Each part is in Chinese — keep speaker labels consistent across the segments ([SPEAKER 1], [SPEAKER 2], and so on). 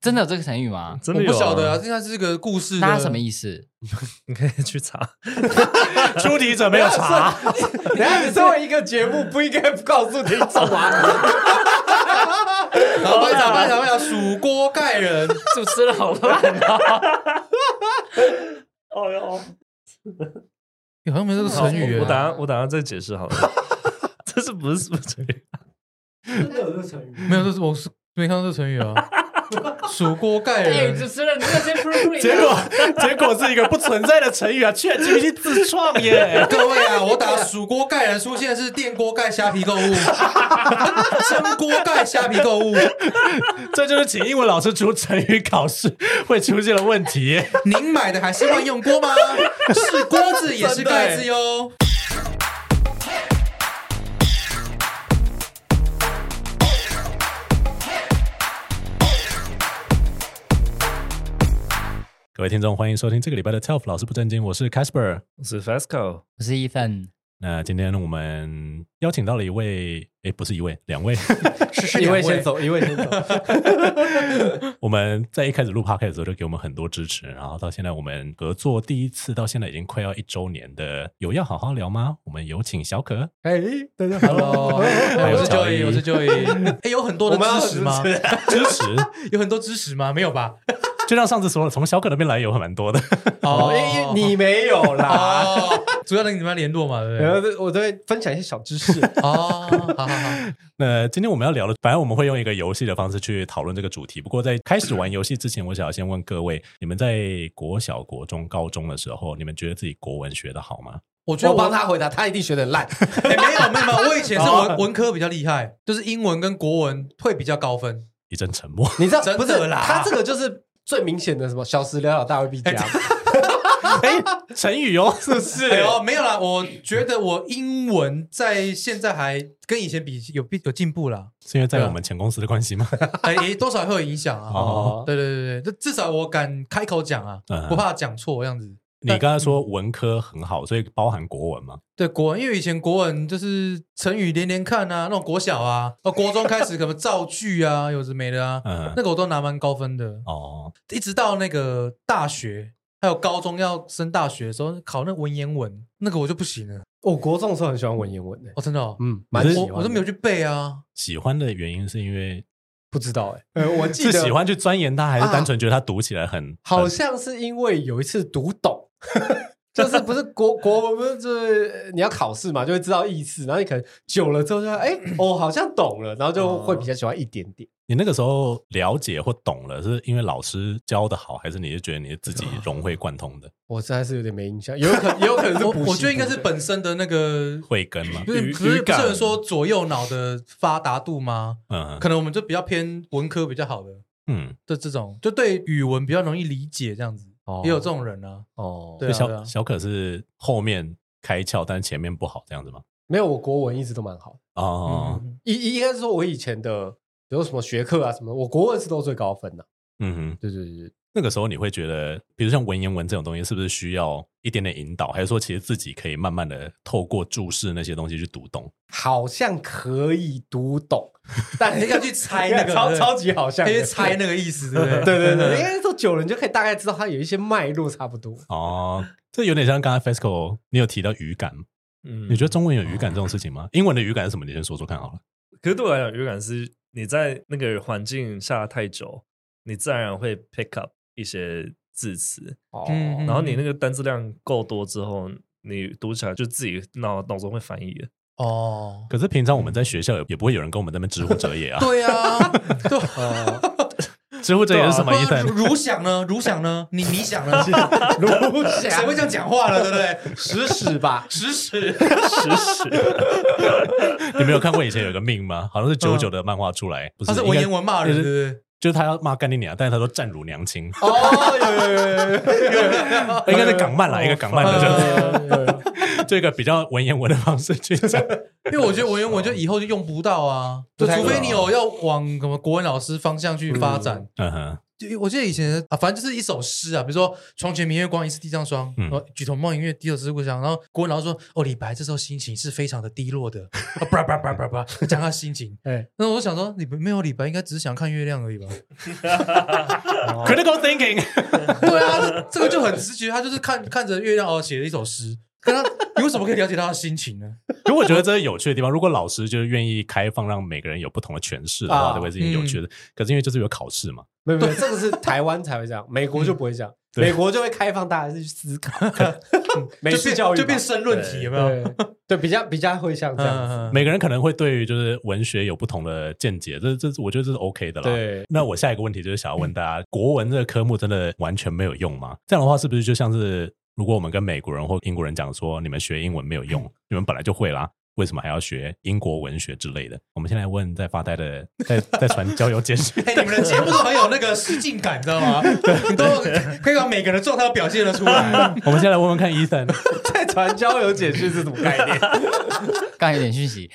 [SPEAKER 1] 真的有这个成语吗？
[SPEAKER 2] 真
[SPEAKER 3] 我
[SPEAKER 2] 的有、
[SPEAKER 3] 不晓得啊，，应该是个故事的。
[SPEAKER 1] 那它什么意思？
[SPEAKER 2] 你可以去查。 出题者没有 查，
[SPEAKER 3] 等一下你身为一个节目，不应该告诉听众啊。然后班长，班长，班长，数锅盖 人，
[SPEAKER 1] 主持人好乱 啊！
[SPEAKER 2] 哦哟，
[SPEAKER 3] 哎好像没这个成语
[SPEAKER 4] 啊
[SPEAKER 2] 我
[SPEAKER 3] 耶。
[SPEAKER 2] 等下我等下再解释好了。 这是不是什么成语？
[SPEAKER 5] 真的有这个成语？
[SPEAKER 3] 没有，这是我是没看到这成语 啊。数锅盖
[SPEAKER 1] 哎，主
[SPEAKER 3] 人，
[SPEAKER 1] 持人，你这些出入
[SPEAKER 4] 结果结果是一个不存在的成语啊，却 GPT 自创 耶！
[SPEAKER 3] 各位啊，我打数锅盖人出现的是电锅盖虾皮购物， 蒸锅盖虾皮购物。
[SPEAKER 4] 这就是请英文老师出成语考试会出现的问题。
[SPEAKER 3] 您买的还是万用锅吗？是锅子也是盖子哟。
[SPEAKER 4] 各位听众，欢迎收听这个礼拜的 TELF 老师不正经，我是 Casper。
[SPEAKER 2] 我是 Fasco，
[SPEAKER 1] 我是一份，
[SPEAKER 4] 那今天我们邀请到了一位，诶，不是一位，两位。
[SPEAKER 3] 是是
[SPEAKER 5] 一
[SPEAKER 3] 两
[SPEAKER 5] 位先走，一位 先走。
[SPEAKER 4] 我们在一开始录 podcast 的时候就给我们很多支持，然后到现在我们合作第一次到现在已经快要一周年的，有要好好聊吗？我们有请小可，
[SPEAKER 5] 哎，大家好，
[SPEAKER 3] Hello，我是 Joey，我是 Joey。哎， 有很多的知识吗？
[SPEAKER 4] 支持，
[SPEAKER 3] 有很多知识吗？没有吧？
[SPEAKER 4] 就像上次说了，从小可那边来有蛮多的。
[SPEAKER 5] 哦，因为你没有啦。
[SPEAKER 3] 哦，主要能你们联络嘛，对不
[SPEAKER 5] 然后
[SPEAKER 3] 对？
[SPEAKER 5] 这我都会分享一些小知识，
[SPEAKER 3] 哦，好好 好，
[SPEAKER 4] 那今天我们要聊的，反正我们会用一个游戏的方式去讨论这个主题。不过在开始玩游戏之前，我想要先问各位，你们在国小、国中、高中的时候，你们觉得自己国文学的好吗？
[SPEAKER 3] 我觉得
[SPEAKER 5] 我
[SPEAKER 3] 我
[SPEAKER 5] 帮他哦回答，他一定学的烂。
[SPEAKER 3] 哎，没有没有没有，我以前是文文科比较厉害，就是英文跟国文会比较高分。
[SPEAKER 4] 一阵沉默。
[SPEAKER 5] 你知道
[SPEAKER 3] 真的
[SPEAKER 5] 不是
[SPEAKER 3] 啦
[SPEAKER 5] 他这个就是最明显的什么小时了了，大未必佳。
[SPEAKER 4] 哎，成语哦，是不是
[SPEAKER 3] 哎呦，没有啦，我觉得我英文在现在还跟以前比有比有进步啦，
[SPEAKER 4] 是因为在
[SPEAKER 3] 嗯
[SPEAKER 4] 我们前公司的关系吗？
[SPEAKER 3] 哎，也多少会有影响啊。
[SPEAKER 4] 哦，
[SPEAKER 3] 对对对对，至少我敢开口讲啊
[SPEAKER 4] 嗯，
[SPEAKER 3] 不怕讲错这样子。
[SPEAKER 4] 你刚才
[SPEAKER 3] 嗯
[SPEAKER 4] 说文科很好，所以包含国文吗？
[SPEAKER 3] 对国文，因为以前国文就是成语连连看啊，那种国小啊，呃，国中开始什么造句啊， 有的没的啊，
[SPEAKER 4] 嗯，
[SPEAKER 3] 那个我都拿蛮高分的。
[SPEAKER 4] 哦，
[SPEAKER 3] 一直到那个大学，还有高中要升大学的时候，考那文言文，那个我就不行了。
[SPEAKER 5] 我国中的时候很喜欢文言文的，
[SPEAKER 3] 哦，真的、哦，
[SPEAKER 5] 嗯，蛮喜
[SPEAKER 3] 我
[SPEAKER 5] 欢的。
[SPEAKER 3] 我都没有去背啊。
[SPEAKER 4] 喜欢的原因是因为
[SPEAKER 5] 不知道哎，呃，我 记
[SPEAKER 4] 是
[SPEAKER 5] 得
[SPEAKER 4] 喜欢去钻研它，还是
[SPEAKER 5] 啊
[SPEAKER 4] 单纯觉得它读起来很
[SPEAKER 5] 好
[SPEAKER 4] 很
[SPEAKER 5] 像是因为有一次读 懂，就是不是国国文不是就是你要考试嘛，就会知道意思，然后你可能久了之后就哎、哦好像懂了，然后就会比较喜欢一点点。
[SPEAKER 4] 你那个时候了解或懂了，是因为老师教的好，还是你是觉得你是自己融会贯 通的
[SPEAKER 5] 我实在是有点没印象，也有可也有可能是
[SPEAKER 3] 我
[SPEAKER 5] 补习
[SPEAKER 3] 我觉得应该是本身的那个，
[SPEAKER 4] 慧根吗？
[SPEAKER 3] 不是
[SPEAKER 2] 语
[SPEAKER 3] 不是
[SPEAKER 2] 语
[SPEAKER 3] 不是
[SPEAKER 2] 感
[SPEAKER 3] 有人说左右脑的发达度吗？
[SPEAKER 4] 嗯
[SPEAKER 3] 可能我们就比较偏文科比较好的，
[SPEAKER 4] 嗯，
[SPEAKER 3] 就这种，就对语文比较容易理解这样子，
[SPEAKER 5] 哦
[SPEAKER 3] 也有这种人啊。
[SPEAKER 5] 哦，
[SPEAKER 3] 对
[SPEAKER 4] 就
[SPEAKER 3] 啊对啊
[SPEAKER 4] 小，小可是后面开窍，但是前面不好这样子吗？
[SPEAKER 5] 没有，我国文一直都蛮好，
[SPEAKER 4] 哦，
[SPEAKER 3] 嗯
[SPEAKER 5] 一应该是说我以前的比如什么学课啊什么，我国文是都最高分的、
[SPEAKER 4] 嗯哼，
[SPEAKER 5] 对对对对，
[SPEAKER 4] 那个时候你会觉得，比如像文言文这种东西，是不是需要一点点引导，还是说其实自己可以慢慢的透过注释那些东西去读懂？
[SPEAKER 5] 好像可以读懂，但
[SPEAKER 3] 嗯 你应该去猜那个
[SPEAKER 5] 超超级好像
[SPEAKER 3] 可
[SPEAKER 5] 的，
[SPEAKER 3] 以猜那个意思，对不对？
[SPEAKER 5] 对对对，应该说久了你就可以大概知道它有一些脉络差不多。
[SPEAKER 4] 哦，这有点像刚才 FESCO 你有提到语感，
[SPEAKER 2] 嗯
[SPEAKER 4] 你觉得中文有语感这种事情吗？英文的语感是什么？你先说说看好了。
[SPEAKER 2] 可是对我来讲，语感是你在那个环境下太久，你自然而然会 pick up 一些字词，
[SPEAKER 5] 哦
[SPEAKER 3] 嗯
[SPEAKER 2] 然后你那个单词量够多之后，你读起来就自己脑脑中会翻译 了。
[SPEAKER 3] 哦，
[SPEAKER 4] 可是平常我们在学校也也不会有人跟我们在那边知乎者也 啊，
[SPEAKER 3] 对啊， 对啊。
[SPEAKER 4] 知乎者也是什么意思？
[SPEAKER 3] 如想呢？如想呢？你你想 呢？
[SPEAKER 5] 如
[SPEAKER 3] 谁会这样讲话了？对不对？
[SPEAKER 5] 指使 吧？
[SPEAKER 3] 屎屎，
[SPEAKER 2] 是是，
[SPEAKER 4] 你没有看过以前有个命吗？好像是九九的漫画出来，不是
[SPEAKER 3] 他是文言，
[SPEAKER 4] 应
[SPEAKER 3] 文骂人，对
[SPEAKER 4] 就是
[SPEAKER 3] 不对？
[SPEAKER 4] 该就是他要骂干你娘，但是他说站如娘亲，
[SPEAKER 5] 哦，有有有有有
[SPEAKER 3] 呃
[SPEAKER 4] 应该是港漫啦，一个港漫
[SPEAKER 5] 呃
[SPEAKER 4] 的就是
[SPEAKER 5] 有有有，
[SPEAKER 4] 这个比较文言文的方式去讲。
[SPEAKER 3] 因为我觉得文言文就以 后就用不到啊，就
[SPEAKER 5] 不太
[SPEAKER 3] 除
[SPEAKER 5] 可能
[SPEAKER 3] 非你有要往什么国文老师方向去发展，
[SPEAKER 4] 嗯哼，
[SPEAKER 3] 对我记得以前啊，反正就是一首诗啊，比如说“床前明月光，疑是地上霜”，
[SPEAKER 4] 嗯
[SPEAKER 3] 然后“举头望明月，低头思故乡”，然后国文老师说：“哦，李白这时候心情是非常的低落的， 啊叭叭叭叭叭，讲他心情。”
[SPEAKER 5] 哎
[SPEAKER 3] 那我就想说，你们没有李白，应该只是想看月亮而 已吧？
[SPEAKER 4] 哦 critical thinking，
[SPEAKER 3] 对啊，这这个就很直觉，他就是看看着月亮哦，写了一首诗。可他，你为什么可以了解他的心情呢？
[SPEAKER 4] 可我觉得这是有趣的地方。如果老师就是愿意开放，让每个人有不同的诠释的话，
[SPEAKER 5] 啊
[SPEAKER 4] 这会是一件有趣的。可是因为就是有考试嘛，
[SPEAKER 5] 没有没有，这个是台湾才会这样，美国就不会
[SPEAKER 3] 嗯
[SPEAKER 5] 这样，
[SPEAKER 4] 对
[SPEAKER 5] 美国就会开放大家去思考， 美
[SPEAKER 3] 就
[SPEAKER 5] 式
[SPEAKER 3] 变
[SPEAKER 5] 教育
[SPEAKER 3] 就
[SPEAKER 5] 嘛
[SPEAKER 3] 变申论题，有没有？
[SPEAKER 5] 对对比较比较会像这样子，
[SPEAKER 3] 嗯，。
[SPEAKER 4] 每个人可能会对于就是文学有不同的见解，这这我觉得这是 OK 的啦。
[SPEAKER 5] 对
[SPEAKER 4] 那我下一个问题就是想要问大家，国文这个科目真的完全没有用吗？这样的话，是不是就像是如果我们跟美国人或英国人讲说，你们学英文没有用，你们本来就会啦，为什么还要学英国文学之类的？我们先来问在发呆的，在在传交友简讯
[SPEAKER 3] 哎、你们的节目都很有那个试镜感，你知道 吗？你都可以把每个人的状态都表现的出来。
[SPEAKER 4] 我们先来问问看伊森，
[SPEAKER 5] 在传交友简讯是什么概念？
[SPEAKER 1] 刚有点讯息。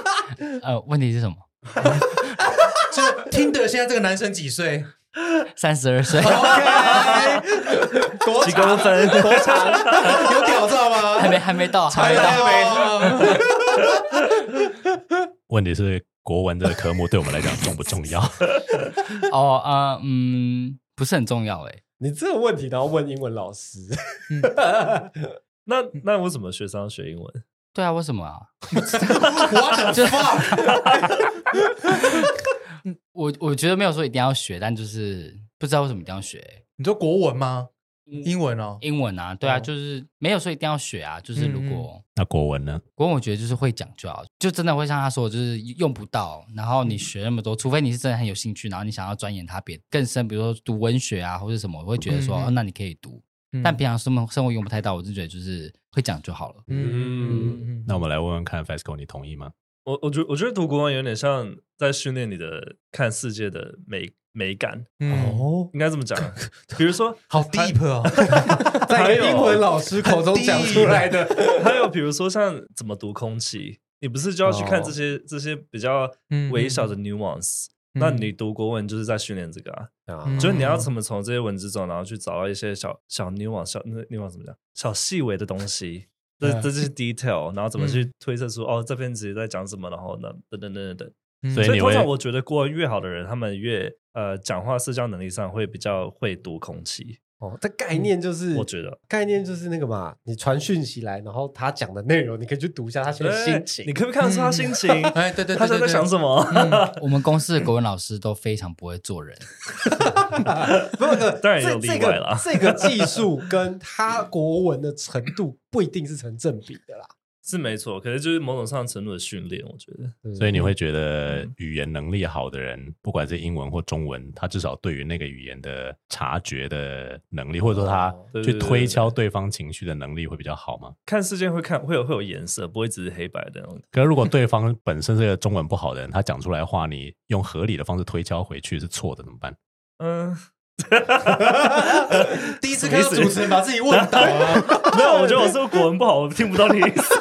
[SPEAKER 1] 呃，问题是什么？
[SPEAKER 3] 就是听得现在这个男生几 岁？
[SPEAKER 1] 三十二 岁
[SPEAKER 3] 多
[SPEAKER 2] 几
[SPEAKER 3] 长？
[SPEAKER 2] 公分？
[SPEAKER 3] 多长？ 有屌照吗？
[SPEAKER 1] 还没还没到，还没到。
[SPEAKER 3] 到。
[SPEAKER 4] 问题是国文这个科目对我们来讲重不重要？
[SPEAKER 1] 哦啊、呃嗯，不是很重要哎。
[SPEAKER 5] 你这个问题，然后问英文老师，
[SPEAKER 2] 那那我怎么学商学英文？
[SPEAKER 1] 对啊，为什么 啊？
[SPEAKER 3] What the fuck？
[SPEAKER 1] 我我觉得没有说一定要学，但就是不知道为什么一定要学欸
[SPEAKER 3] 你说国文吗？
[SPEAKER 1] 嗯
[SPEAKER 3] 英文哦。
[SPEAKER 1] 英文啊。对啊，
[SPEAKER 3] 哦
[SPEAKER 1] 就是没有说一定要学啊。就是如果
[SPEAKER 4] 那国文呢？
[SPEAKER 1] 国文，我觉得就是会讲就好，就真的会像他说的，就是用不到。然后
[SPEAKER 3] 嗯
[SPEAKER 1] 你学那么多，除非你是真的很有兴趣，然后你想要钻研它别更深，比如说读文学啊或者什么，我会觉得说、
[SPEAKER 3] 嗯嗯
[SPEAKER 1] 哦，那你可以读。
[SPEAKER 3] 嗯
[SPEAKER 1] 但平常生活生活用不太到，我就觉得就是会讲就好了。
[SPEAKER 3] 嗯
[SPEAKER 4] 那我们来问问看 FESCO，你同意吗？
[SPEAKER 2] 我我觉我觉得读国文有点像在训练你的看世界的美美感，
[SPEAKER 3] 嗯，
[SPEAKER 5] 哦，
[SPEAKER 2] 应该这么讲。啊
[SPEAKER 3] 哦
[SPEAKER 2] 比如说，
[SPEAKER 3] 好 deep 哦。
[SPEAKER 5] 在一个英文老师口中讲出来的，
[SPEAKER 2] 还有比如说像怎么读空气，你不是就要去看这些、这些比较
[SPEAKER 3] 哦嗯
[SPEAKER 2] 微小的 nuance？、
[SPEAKER 3] 嗯
[SPEAKER 2] 那你读国文就是在训练这个啊，
[SPEAKER 3] 嗯
[SPEAKER 2] 就是你要怎么从这些文字中，然后去找到一些小小 nuance、小那 nuance 怎么讲，小细微的东西。这
[SPEAKER 3] 啊
[SPEAKER 5] 嗯
[SPEAKER 2] 这就是 detail，然后怎么
[SPEAKER 3] 嗯
[SPEAKER 2] 去推测出、哦这篇直接在讲什么，然后呢等等等等等。
[SPEAKER 3] 嗯
[SPEAKER 4] 所以
[SPEAKER 2] 所以
[SPEAKER 4] 你
[SPEAKER 2] 通
[SPEAKER 4] 会
[SPEAKER 2] 常我觉得国文越好的人，他们越呃讲话社交能力上会比较会读空气。
[SPEAKER 5] 哦，这概念就是，
[SPEAKER 2] 我觉得
[SPEAKER 5] 概念就是那个嘛，你传讯息来，然后他讲的内容，你可以去读一下他现在
[SPEAKER 2] 哎
[SPEAKER 5] 心情。
[SPEAKER 2] 你可不可以看得出他心情？
[SPEAKER 3] 哎， 对对对，嗯
[SPEAKER 2] 他现在在想什
[SPEAKER 3] 么？
[SPEAKER 2] 么？
[SPEAKER 1] 我们公司的国文老师都非常不会做 人，
[SPEAKER 5] 不不不，
[SPEAKER 2] 当然
[SPEAKER 5] 这
[SPEAKER 2] 有例
[SPEAKER 5] 这
[SPEAKER 2] 外
[SPEAKER 5] 个
[SPEAKER 2] 啦
[SPEAKER 5] 这个技术跟他国文的程度不一定是成正比的啦。
[SPEAKER 2] 是没错，可是就是某种上程度的训练，我觉得
[SPEAKER 5] 嗯
[SPEAKER 4] 所以你会觉得语言能力好的人，不管是英文或中文，他至少对于那个语言的察觉的能力，或者说他
[SPEAKER 5] 哦
[SPEAKER 2] 对对
[SPEAKER 4] 去
[SPEAKER 2] 对
[SPEAKER 4] 推
[SPEAKER 2] 对
[SPEAKER 4] 敲对方情绪的能力会比较好吗？
[SPEAKER 2] 看事件会看会有会有颜色，不会只是黑白的那种。
[SPEAKER 4] 可是如果对方本身是个中文不好的人，他讲出来的话，你用合理的方式推敲回去是错的，怎么办？
[SPEAKER 2] 嗯，
[SPEAKER 3] 第一次看到主持人把自己问倒啊！
[SPEAKER 2] 没有，我觉得我是不是国文不好，我听不到你意思。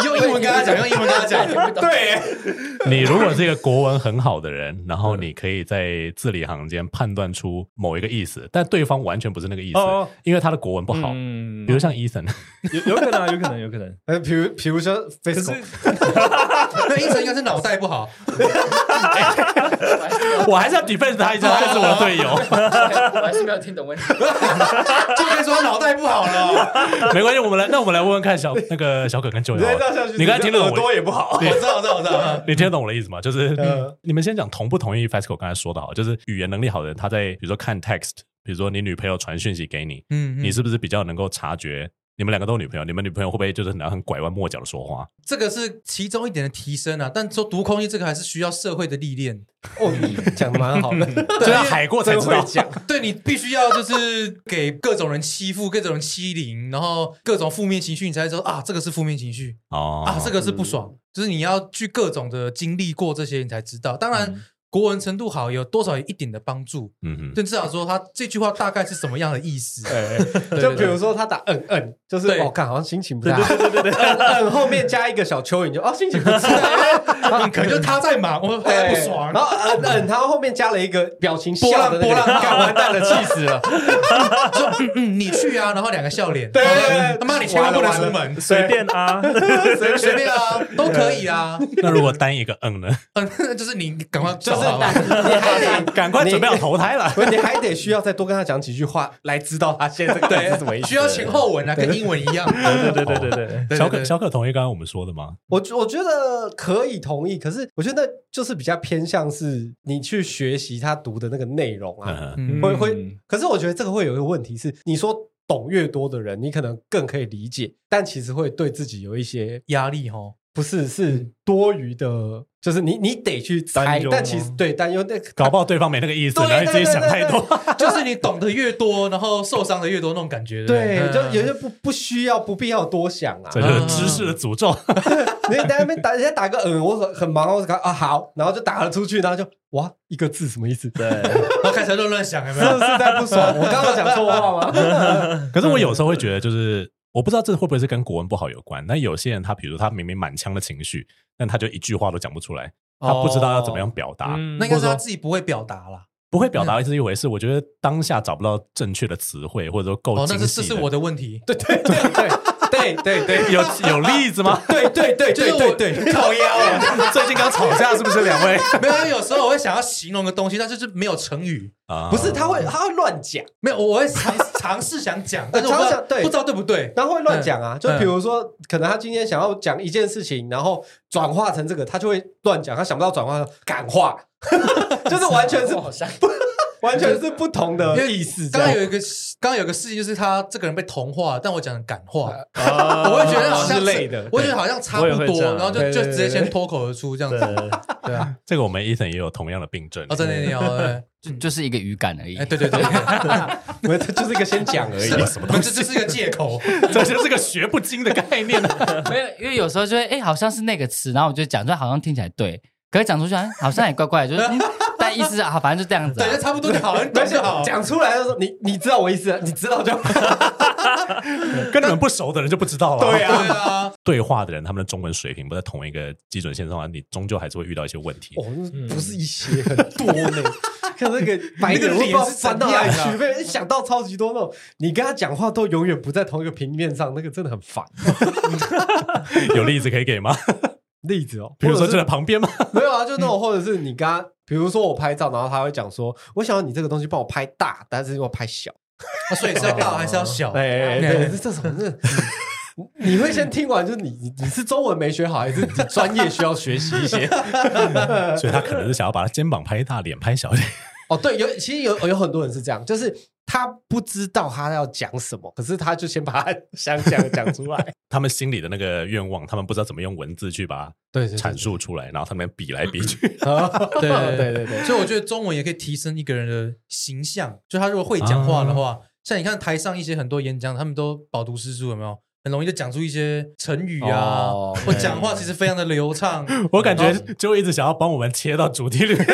[SPEAKER 3] 你用英文跟他讲，用英文跟他 讲。
[SPEAKER 5] 对，
[SPEAKER 4] 你如果是一个国文很好的人，然后你可以在字里行间判断出某一个意思，但对方完全不是那个意思，
[SPEAKER 2] 哦
[SPEAKER 4] 因为他的国文不好。
[SPEAKER 2] 嗯
[SPEAKER 4] 比如像 Ethan，
[SPEAKER 2] 有有可能、啊，有可能，有可能。
[SPEAKER 5] 呃，比如比如说
[SPEAKER 2] 可是
[SPEAKER 5] Facebook，
[SPEAKER 3] 那医生应该是脑袋不好，
[SPEAKER 4] 我还是要 defend 他一下，这是我队友。
[SPEAKER 1] 我还是没有听懂问题。
[SPEAKER 3] 就可以说他脑袋不好了。
[SPEAKER 4] 没关系，我们来，那我们来问问看小那个小可跟九友
[SPEAKER 5] 你再这 样下去，
[SPEAKER 4] 你刚才听得懂
[SPEAKER 5] 耳
[SPEAKER 4] 我
[SPEAKER 5] 朵也不好。
[SPEAKER 3] 我知道，我知道，我知嗯道。
[SPEAKER 4] 你听得懂我的意思吗？就是、
[SPEAKER 5] 嗯
[SPEAKER 4] 你们先讲同不同意 FESCO 刚才说的好，就是语言能力好的人，他在比如说看 text，比如说你女朋友传讯息给你，
[SPEAKER 3] 嗯
[SPEAKER 4] 你是不是比较能够察觉？你们两个都有女朋友，你们女朋友会不会就是很很拐弯抹角的说话？
[SPEAKER 3] 这个是其中一点的提升啊，但说读空气这个还是需要社会的历练，
[SPEAKER 5] 哦，你讲的蛮好的，
[SPEAKER 4] 这要海过才
[SPEAKER 5] 真
[SPEAKER 4] 知
[SPEAKER 5] 会
[SPEAKER 4] 道。
[SPEAKER 5] 讲。
[SPEAKER 3] 对你必须要就是给各种人欺负、各种人欺凌，然后各种负面情绪，你才知道啊，这个是负面情绪
[SPEAKER 4] 哦
[SPEAKER 3] 啊
[SPEAKER 5] 嗯
[SPEAKER 3] 啊，这个是不爽，就是你要去各种的经历过这些，你才知道。当然，国文程度好有多少有一点的帮助，
[SPEAKER 4] 嗯哼，
[SPEAKER 3] 但至少说他这句话大概是什么样的意思。
[SPEAKER 5] 对，就比如说他打嗯嗯，就是
[SPEAKER 3] 对
[SPEAKER 5] 我看好像心情不太好，嗯嗯后面加一个小蚯蚓，就哦心情不错，然后
[SPEAKER 3] 可能就他在忙，我他哎在不爽，
[SPEAKER 5] 然
[SPEAKER 3] 然后
[SPEAKER 5] 后嗯嗯，他后面加了一个表情
[SPEAKER 3] 波
[SPEAKER 5] 笑
[SPEAKER 3] 浪
[SPEAKER 5] 的
[SPEAKER 3] 波浪，
[SPEAKER 5] 干
[SPEAKER 3] 干
[SPEAKER 5] 完
[SPEAKER 3] 完蛋
[SPEAKER 5] 蛋了
[SPEAKER 3] 了，气
[SPEAKER 5] 气死
[SPEAKER 3] 死了。说嗯嗯，你去啊，然后两个笑脸，
[SPEAKER 5] 对对对
[SPEAKER 3] 然后他妈你千万不能出门，
[SPEAKER 2] 随便啊，
[SPEAKER 3] 随随便啊，都可以啊，
[SPEAKER 4] 那如果单一个嗯呢？
[SPEAKER 3] 嗯， 就是你赶快
[SPEAKER 5] 就
[SPEAKER 3] 就是
[SPEAKER 5] 你还得
[SPEAKER 4] 赶快准备好投胎了。
[SPEAKER 5] 不是，你还得需要再多跟他讲几句话来知道他现在这个 字是什么意
[SPEAKER 3] 对，
[SPEAKER 5] 思。
[SPEAKER 3] 需要前后文啊，跟英文一 样，
[SPEAKER 2] 对对对对对，
[SPEAKER 3] 对
[SPEAKER 4] 小
[SPEAKER 3] 对
[SPEAKER 4] 可
[SPEAKER 3] 对
[SPEAKER 4] 小可同意刚刚我们说的吗？
[SPEAKER 5] 我我觉得可以同意，可是我觉得就是比较偏向是你去学习他读的那个内容啊，
[SPEAKER 4] 嗯，
[SPEAKER 3] 嗯
[SPEAKER 5] 会会，可是我觉得这个会有一个问题是，你说懂越多的人，你可能更可以理解，但其实会对自己有一些
[SPEAKER 3] 压力哦，
[SPEAKER 5] 不是是多余的，就是你你得去猜
[SPEAKER 4] 担忧，
[SPEAKER 5] 但其实对担忧那个
[SPEAKER 4] 搞不好对方没那个意思，
[SPEAKER 5] 对
[SPEAKER 4] 然后你自己想太
[SPEAKER 5] 对对
[SPEAKER 4] 多。
[SPEAKER 3] 就是你懂得越多，然后受伤的嗯越多那种感觉，
[SPEAKER 5] 对，嗯
[SPEAKER 3] 不
[SPEAKER 5] 就有些不不需要不必要多想啊
[SPEAKER 4] 这，就是知识的诅咒。
[SPEAKER 5] 你在那边打人家打个嗯，我很很忙，我搞啊好，然后就打了出去，然后就哇一个字什么意思？
[SPEAKER 2] 对，
[SPEAKER 3] 然后开始乱乱想，有没
[SPEAKER 5] 是
[SPEAKER 3] 有
[SPEAKER 5] 不？是在不 爽？我刚刚有讲错话吗？
[SPEAKER 4] 可是我有时候会觉得，就是我不知道这会不会是跟国文不好有关。那有些人他，比如他明明满腔的情绪，但他就一句话都讲不出来，他不知道要怎么样表
[SPEAKER 2] 哦
[SPEAKER 4] 达，
[SPEAKER 2] 嗯
[SPEAKER 3] 那应该是他自己不会表达啦。
[SPEAKER 4] 不会表达是一回事。我觉得当下找不到正确的词汇，或者说够
[SPEAKER 3] 哦，那
[SPEAKER 4] 精
[SPEAKER 3] 是
[SPEAKER 4] 细
[SPEAKER 3] 这
[SPEAKER 4] 的。
[SPEAKER 3] 是我的问题。
[SPEAKER 5] 对对对对对对对？
[SPEAKER 4] 有有例子 吗
[SPEAKER 5] 对对对
[SPEAKER 3] 就是
[SPEAKER 5] 对
[SPEAKER 3] 我
[SPEAKER 5] 对对，
[SPEAKER 3] 靠腰啊！
[SPEAKER 4] 最近刚吵架是不是两位？
[SPEAKER 3] 没有，因为有时候我会想要形容个东西，但是就是没有成语，
[SPEAKER 4] 啊
[SPEAKER 5] 不是他会他会乱讲，
[SPEAKER 3] 没有，我会尝尝试想讲，但是我不
[SPEAKER 5] 呃尝
[SPEAKER 3] 知道
[SPEAKER 5] 试想对
[SPEAKER 3] 不知道对不对。
[SPEAKER 5] 然后会乱讲啊，就
[SPEAKER 3] 嗯
[SPEAKER 5] 比如说可能他今天想要讲一件事情，然后转化成这个，他就会乱讲，他想不到转化成感化， 就是完全 是
[SPEAKER 1] 好像
[SPEAKER 5] 完全是不同的意思。这
[SPEAKER 3] 刚刚
[SPEAKER 5] 样
[SPEAKER 3] 有一个，刚刚有个事情，就是他这个人被同化，但我讲感化，
[SPEAKER 2] 我
[SPEAKER 3] 哦我会觉得好像
[SPEAKER 5] 哦之类的
[SPEAKER 3] 我会觉得好像差
[SPEAKER 2] 我也
[SPEAKER 3] 不
[SPEAKER 2] 会
[SPEAKER 3] 多
[SPEAKER 2] 这，样
[SPEAKER 3] 然后就
[SPEAKER 5] 对
[SPEAKER 3] 就
[SPEAKER 5] 对对
[SPEAKER 3] 直接先脱口而出这样子。对啊，
[SPEAKER 4] 这个，我们 Ethan 也有同样的病症。
[SPEAKER 3] 哦，真的你有，对
[SPEAKER 1] 就就是一个语感而已
[SPEAKER 3] 哎，。对对对，
[SPEAKER 5] 我们 就是一个先讲而已
[SPEAKER 3] 是。 吧我们这这是一个借口，
[SPEAKER 4] 这就是个学不精的 概念啊。
[SPEAKER 1] 没有，因为有时候就会哎、诶好像是那个词，然后我就讲出来，好像听起来对，可是讲出去好像好像也怪怪的， 就是、嗯但意思啊，反正就这样子、啊
[SPEAKER 3] 对，。就差不多就好了，你
[SPEAKER 5] 而
[SPEAKER 3] 懂
[SPEAKER 5] 且
[SPEAKER 3] 就好。
[SPEAKER 5] 讲出来的时候，你你知道我意思，你知道就好。
[SPEAKER 4] 跟你们不熟的人就不知道了。
[SPEAKER 5] 对
[SPEAKER 3] 对啊，
[SPEAKER 4] 对话的人，他们的中文水平不在同一个基准线上的话，你终究还是会遇到一些问 题。
[SPEAKER 5] 哦，那不是一些很多呢。 看那个白
[SPEAKER 3] 那
[SPEAKER 5] 眼，
[SPEAKER 3] 个
[SPEAKER 5] 我不知道
[SPEAKER 3] 脸是怎
[SPEAKER 5] 翻到哪里
[SPEAKER 3] 样啊
[SPEAKER 5] 去，被想到超级多那种。你跟他讲话都永远不在同一个平面上，那个真的很烦。
[SPEAKER 4] 有例子可以 给吗？
[SPEAKER 5] 例子哦，
[SPEAKER 4] 比如
[SPEAKER 5] 或
[SPEAKER 4] 说
[SPEAKER 5] 者
[SPEAKER 4] 就在旁边吗？
[SPEAKER 5] 是没有啊，就那种，或者是你跟他，比如说我拍照，然后他会讲说，我想要你这个东西帮我拍大，但是给我拍小。
[SPEAKER 3] 啊所以是要大还是要小？
[SPEAKER 5] 哎，哎 对，
[SPEAKER 3] 哎
[SPEAKER 5] 这这什么这？你 会先听完，就是你你你是中文没学好，还是你专业需要学习一些？
[SPEAKER 4] 所以他可能是想要把他肩膀拍大，脸拍小一点。
[SPEAKER 5] 哦，对，有其实有有很多人是这样，就是他不知道他要讲什么，可是他就先把他想讲的讲出来。
[SPEAKER 4] 他们心里的那个愿望，他们不知道怎么用文字去把
[SPEAKER 5] 对哦
[SPEAKER 4] 它 阐述出来，然后他们比来比去。
[SPEAKER 5] 对
[SPEAKER 3] 对
[SPEAKER 5] 对对对，
[SPEAKER 3] 所以我觉得中文也可以提升一个人的形象，就他如果会讲话的话，像你看台上一些很多演讲，他们都饱读诗书，有没有？很容易就讲出一些成语啊，
[SPEAKER 1] 哦
[SPEAKER 3] 或讲话其实非常的流畅。
[SPEAKER 4] 我感觉
[SPEAKER 3] 然后
[SPEAKER 4] 就一直想要帮我们切到主题里面，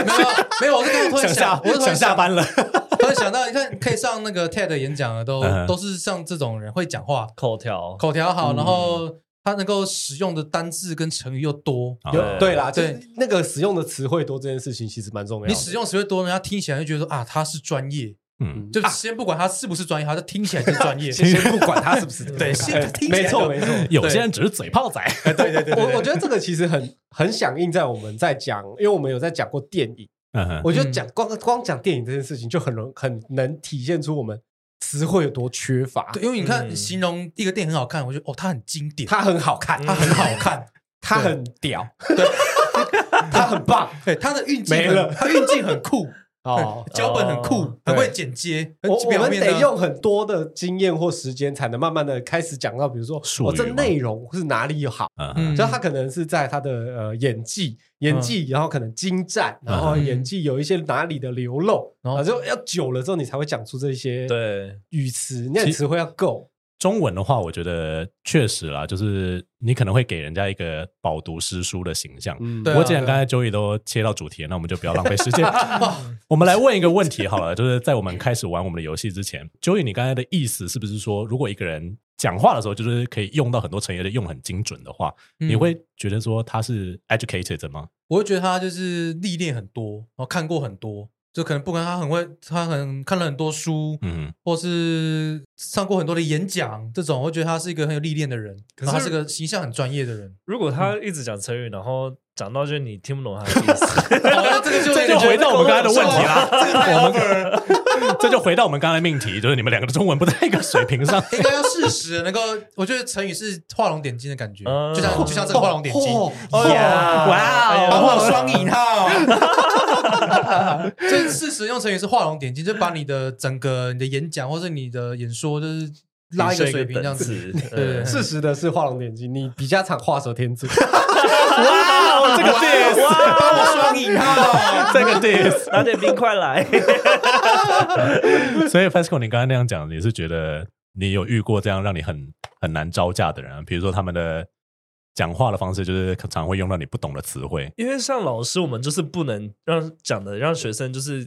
[SPEAKER 3] 没有没有，我是刚刚突然
[SPEAKER 4] 想下
[SPEAKER 3] 想，我是突
[SPEAKER 4] 想
[SPEAKER 3] 然
[SPEAKER 4] 下
[SPEAKER 3] 想，
[SPEAKER 4] 班了。
[SPEAKER 3] 突然想到，你看可以上那个 TED 演讲的都
[SPEAKER 4] 嗯
[SPEAKER 3] 都是像这种人会讲话，
[SPEAKER 2] 口条，
[SPEAKER 3] 口条好，然后他能够使用的单字跟成语又多。
[SPEAKER 5] 有对啦，就
[SPEAKER 3] 对
[SPEAKER 5] 是那个使用的词汇多这件事情其实蛮重要的。
[SPEAKER 3] 你使用词汇多，人家听起来就觉得说啊，他是专业，
[SPEAKER 4] 嗯，
[SPEAKER 3] 就先不管他是不是专业，他就听起来就是专业。
[SPEAKER 5] 啊 先不管他是不是
[SPEAKER 3] 对先听起来
[SPEAKER 5] 没错
[SPEAKER 3] 就
[SPEAKER 5] 没错。
[SPEAKER 4] 有些人只是嘴炮仔，
[SPEAKER 3] 对对对
[SPEAKER 5] 我我觉得这个其实很很响应在我们在讲，因为我们有在讲过电影，
[SPEAKER 4] 嗯哼
[SPEAKER 5] 我觉得讲光光讲电影这件事情就很容很能体现出我们词汇有多缺乏。
[SPEAKER 3] 对，因为你看，
[SPEAKER 2] 嗯
[SPEAKER 3] 形容一个电影很好看，我觉得哦，它很经典，
[SPEAKER 5] 它很好看，
[SPEAKER 3] 它很好看，
[SPEAKER 5] 它很屌， 它很棒
[SPEAKER 3] 对，它的运镜
[SPEAKER 5] 没了
[SPEAKER 3] 很，它运镜很酷，
[SPEAKER 5] 哦。
[SPEAKER 3] 脚本很酷
[SPEAKER 2] 哦，
[SPEAKER 3] 很
[SPEAKER 5] 对
[SPEAKER 3] 会剪接，很
[SPEAKER 5] 我我
[SPEAKER 3] 表
[SPEAKER 5] 们
[SPEAKER 3] 面的
[SPEAKER 5] 得用很多的经验或时间，才能慢慢的开始讲到，比如说
[SPEAKER 4] 术
[SPEAKER 5] 我
[SPEAKER 4] 语
[SPEAKER 5] 这
[SPEAKER 4] 吗
[SPEAKER 5] 内容是哪里好，
[SPEAKER 4] 嗯哼，
[SPEAKER 3] 嗯
[SPEAKER 5] 就他可能是在他的呃演技，演技，然后可能精湛，然后
[SPEAKER 3] 嗯哦
[SPEAKER 5] 演技有一些哪里的流露，
[SPEAKER 3] 然
[SPEAKER 5] 然
[SPEAKER 3] 后
[SPEAKER 5] 后就要久了之后，你才会讲出这些
[SPEAKER 2] 对，
[SPEAKER 5] 语词，那
[SPEAKER 4] 其
[SPEAKER 5] 词汇要够。
[SPEAKER 4] 中文的话，我觉得确实啦，就是你可能会给人家一个饱读诗书的形象。
[SPEAKER 5] 嗯
[SPEAKER 3] 对啊
[SPEAKER 4] 不过既然刚才 Joey 都切到主题了，那我们就不要浪费时间。
[SPEAKER 3] 啊
[SPEAKER 4] 哦我们来问一个问题好了，就是在我们开始玩我们的游戏之前，Joey，你刚才的意思是不是说，如果一个人讲话的时候，就是可以用到很多成语，而且用很精准的话，
[SPEAKER 3] 嗯
[SPEAKER 4] 你会觉得说他是 educated 的吗？
[SPEAKER 3] 我会觉得他就是历练很多，然后看过很多，就可能不管他很会，他很看了很多书，
[SPEAKER 4] 嗯，
[SPEAKER 3] 或是上过很多的演讲，这种我会觉得他是一个很有历练的人，
[SPEAKER 2] 可
[SPEAKER 3] 然后他
[SPEAKER 2] 是。
[SPEAKER 3] 是个形象很专业的人
[SPEAKER 2] 如果他一直讲成语，然后讲到就是你听不懂他的意 思，
[SPEAKER 3] 好那这个就
[SPEAKER 4] 这就回到我们刚才的问题啦。
[SPEAKER 3] 这个太 over 了，
[SPEAKER 4] 这就回到我们刚才的命题，就是你们两个的中文不在一个水 平上。
[SPEAKER 3] 应该要适时能够，我觉得成语是画龙点睛的感觉，
[SPEAKER 2] 嗯
[SPEAKER 3] 就像就像这个画龙点睛，
[SPEAKER 5] 哦
[SPEAKER 2] 哦 呀哎
[SPEAKER 3] 把
[SPEAKER 2] 呀
[SPEAKER 3] 我双引 号，这事实用成语是画龙点睛，就把你的整个你的演讲或是你的演说，就是拉一个水平这样子。
[SPEAKER 2] 提升一个等级
[SPEAKER 3] 对对
[SPEAKER 2] 嗯
[SPEAKER 3] 对
[SPEAKER 5] 事实的是画龙点睛，你比较常画蛇 添足。
[SPEAKER 4] 哇，这个 diss，
[SPEAKER 3] 把我双引号，
[SPEAKER 4] 这个 diss。
[SPEAKER 2] 拿点冰块来。
[SPEAKER 4] 所以 Fasco，你刚才那样讲，你是觉得你有遇过这样让你很很难招架的人啊、比如说他们的讲话的方式，就是常常会用到你不懂的词汇。
[SPEAKER 2] 因为像老师，我们就是不能让讲的让学生就是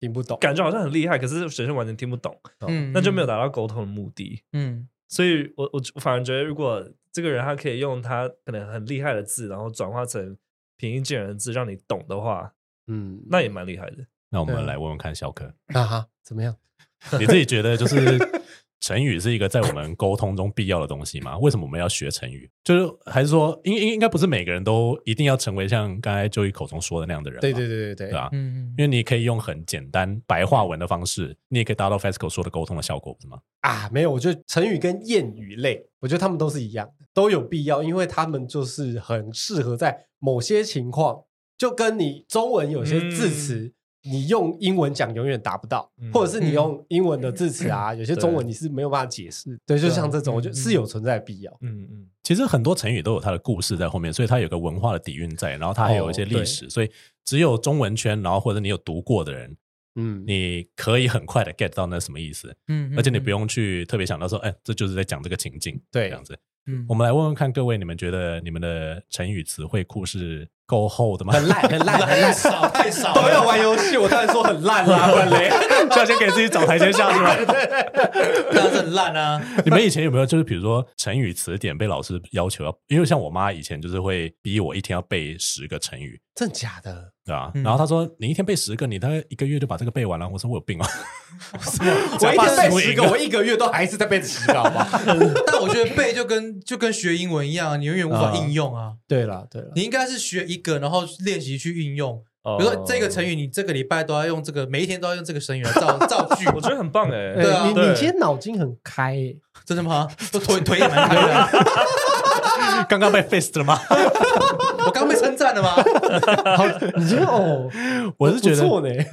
[SPEAKER 5] 听不懂，
[SPEAKER 2] 感觉好像很厉害，可是学生完全听不懂，
[SPEAKER 3] 嗯
[SPEAKER 2] 那就没有达到沟通的目的。
[SPEAKER 3] 嗯，
[SPEAKER 2] 所以我我我反而觉得，如果这个人他可以用他可能很厉害的字，然后转化成平易近人的字让你懂的话，
[SPEAKER 5] 嗯，
[SPEAKER 2] 那也蛮厉害的。
[SPEAKER 4] 那我们
[SPEAKER 3] 对
[SPEAKER 4] 来问问看，小可，
[SPEAKER 5] 啊哈，怎么样？
[SPEAKER 4] 你自己觉得就是 成语是一个在我们沟通中必要的东西吗？为什么我们要学成语？就是还是说，应应应该不是每个人都一定要成为像刚才 Joey 口中说的那样的人吧，
[SPEAKER 5] 对对对对
[SPEAKER 4] 对
[SPEAKER 5] 对，
[SPEAKER 4] 啊，
[SPEAKER 3] 嗯
[SPEAKER 4] 因为你可以用很简单白话文的方式，你也可以达到 FESCO 说的沟通的效果，不是吗？
[SPEAKER 5] 啊，没有，我觉得成语跟谚语类，我觉得他们都是一样的，都有必要，因为他们就是很适合在某些情况，就跟你中文有些字词。你用英文讲永远达不到，
[SPEAKER 2] 嗯
[SPEAKER 5] 或者是你用英文的字词啊，有些中文你是没有办法解释。对，就像这种，我觉得是有存在的必要。
[SPEAKER 2] 嗯嗯，
[SPEAKER 4] 其实很多成语都有它的故事在后面，所以它有个文化的底蕴在，然后它还有一
[SPEAKER 5] 哦
[SPEAKER 4] 些历史，所以只有中文圈，然后或者你有读过的人，
[SPEAKER 5] 嗯，
[SPEAKER 4] 你可以很快的 get 到那什么意思，
[SPEAKER 3] 嗯
[SPEAKER 4] 而且你不，用去特别想到说，哎，这就是在讲这个情境，
[SPEAKER 5] 对
[SPEAKER 4] 这样子。
[SPEAKER 3] 嗯
[SPEAKER 4] 我们来问问看各位，你们觉得你们的成语词汇库是够厚的吗？
[SPEAKER 5] 很烂，很烂，很烂，少
[SPEAKER 3] 太少
[SPEAKER 5] 都要玩游戏，我当然说很烂啦，本来
[SPEAKER 4] 就要先给自己找台阶下是吧？
[SPEAKER 3] 那很烂 啊，
[SPEAKER 4] 你们以前有没有就是比如说成语词典被老师要求要？因为像我妈以前就是会逼我一天要背十个成语，
[SPEAKER 5] 真假的？
[SPEAKER 4] 对吧、
[SPEAKER 3] 嗯
[SPEAKER 4] 然后她说你一天背十个，你大概一个月就把这个背完了。我说我有病啊！
[SPEAKER 5] 我一天背
[SPEAKER 4] 我
[SPEAKER 5] 十个，我一个月都还是在背十个，好 不好？
[SPEAKER 3] 但我觉得背就跟就跟学英文一样，你永远无法应用啊。
[SPEAKER 5] 对了，对了，
[SPEAKER 3] 你应该是学一个，然后练习去运用。
[SPEAKER 2] 哦
[SPEAKER 3] 比如说这个成语，你这个礼拜都要用这个，每一天都要用这个成语来造造句。
[SPEAKER 2] 我觉得很棒哎、
[SPEAKER 5] 哎
[SPEAKER 3] 对啊
[SPEAKER 5] 你你今天脑筋很开欸耶，
[SPEAKER 3] 真的吗？我腿腿也蛮开的，啊
[SPEAKER 4] 刚刚被 fist 了吗？
[SPEAKER 3] 我刚被称赞了吗？
[SPEAKER 5] 好，你今天哦，
[SPEAKER 4] 我是觉
[SPEAKER 5] 不错
[SPEAKER 4] 得
[SPEAKER 5] 呢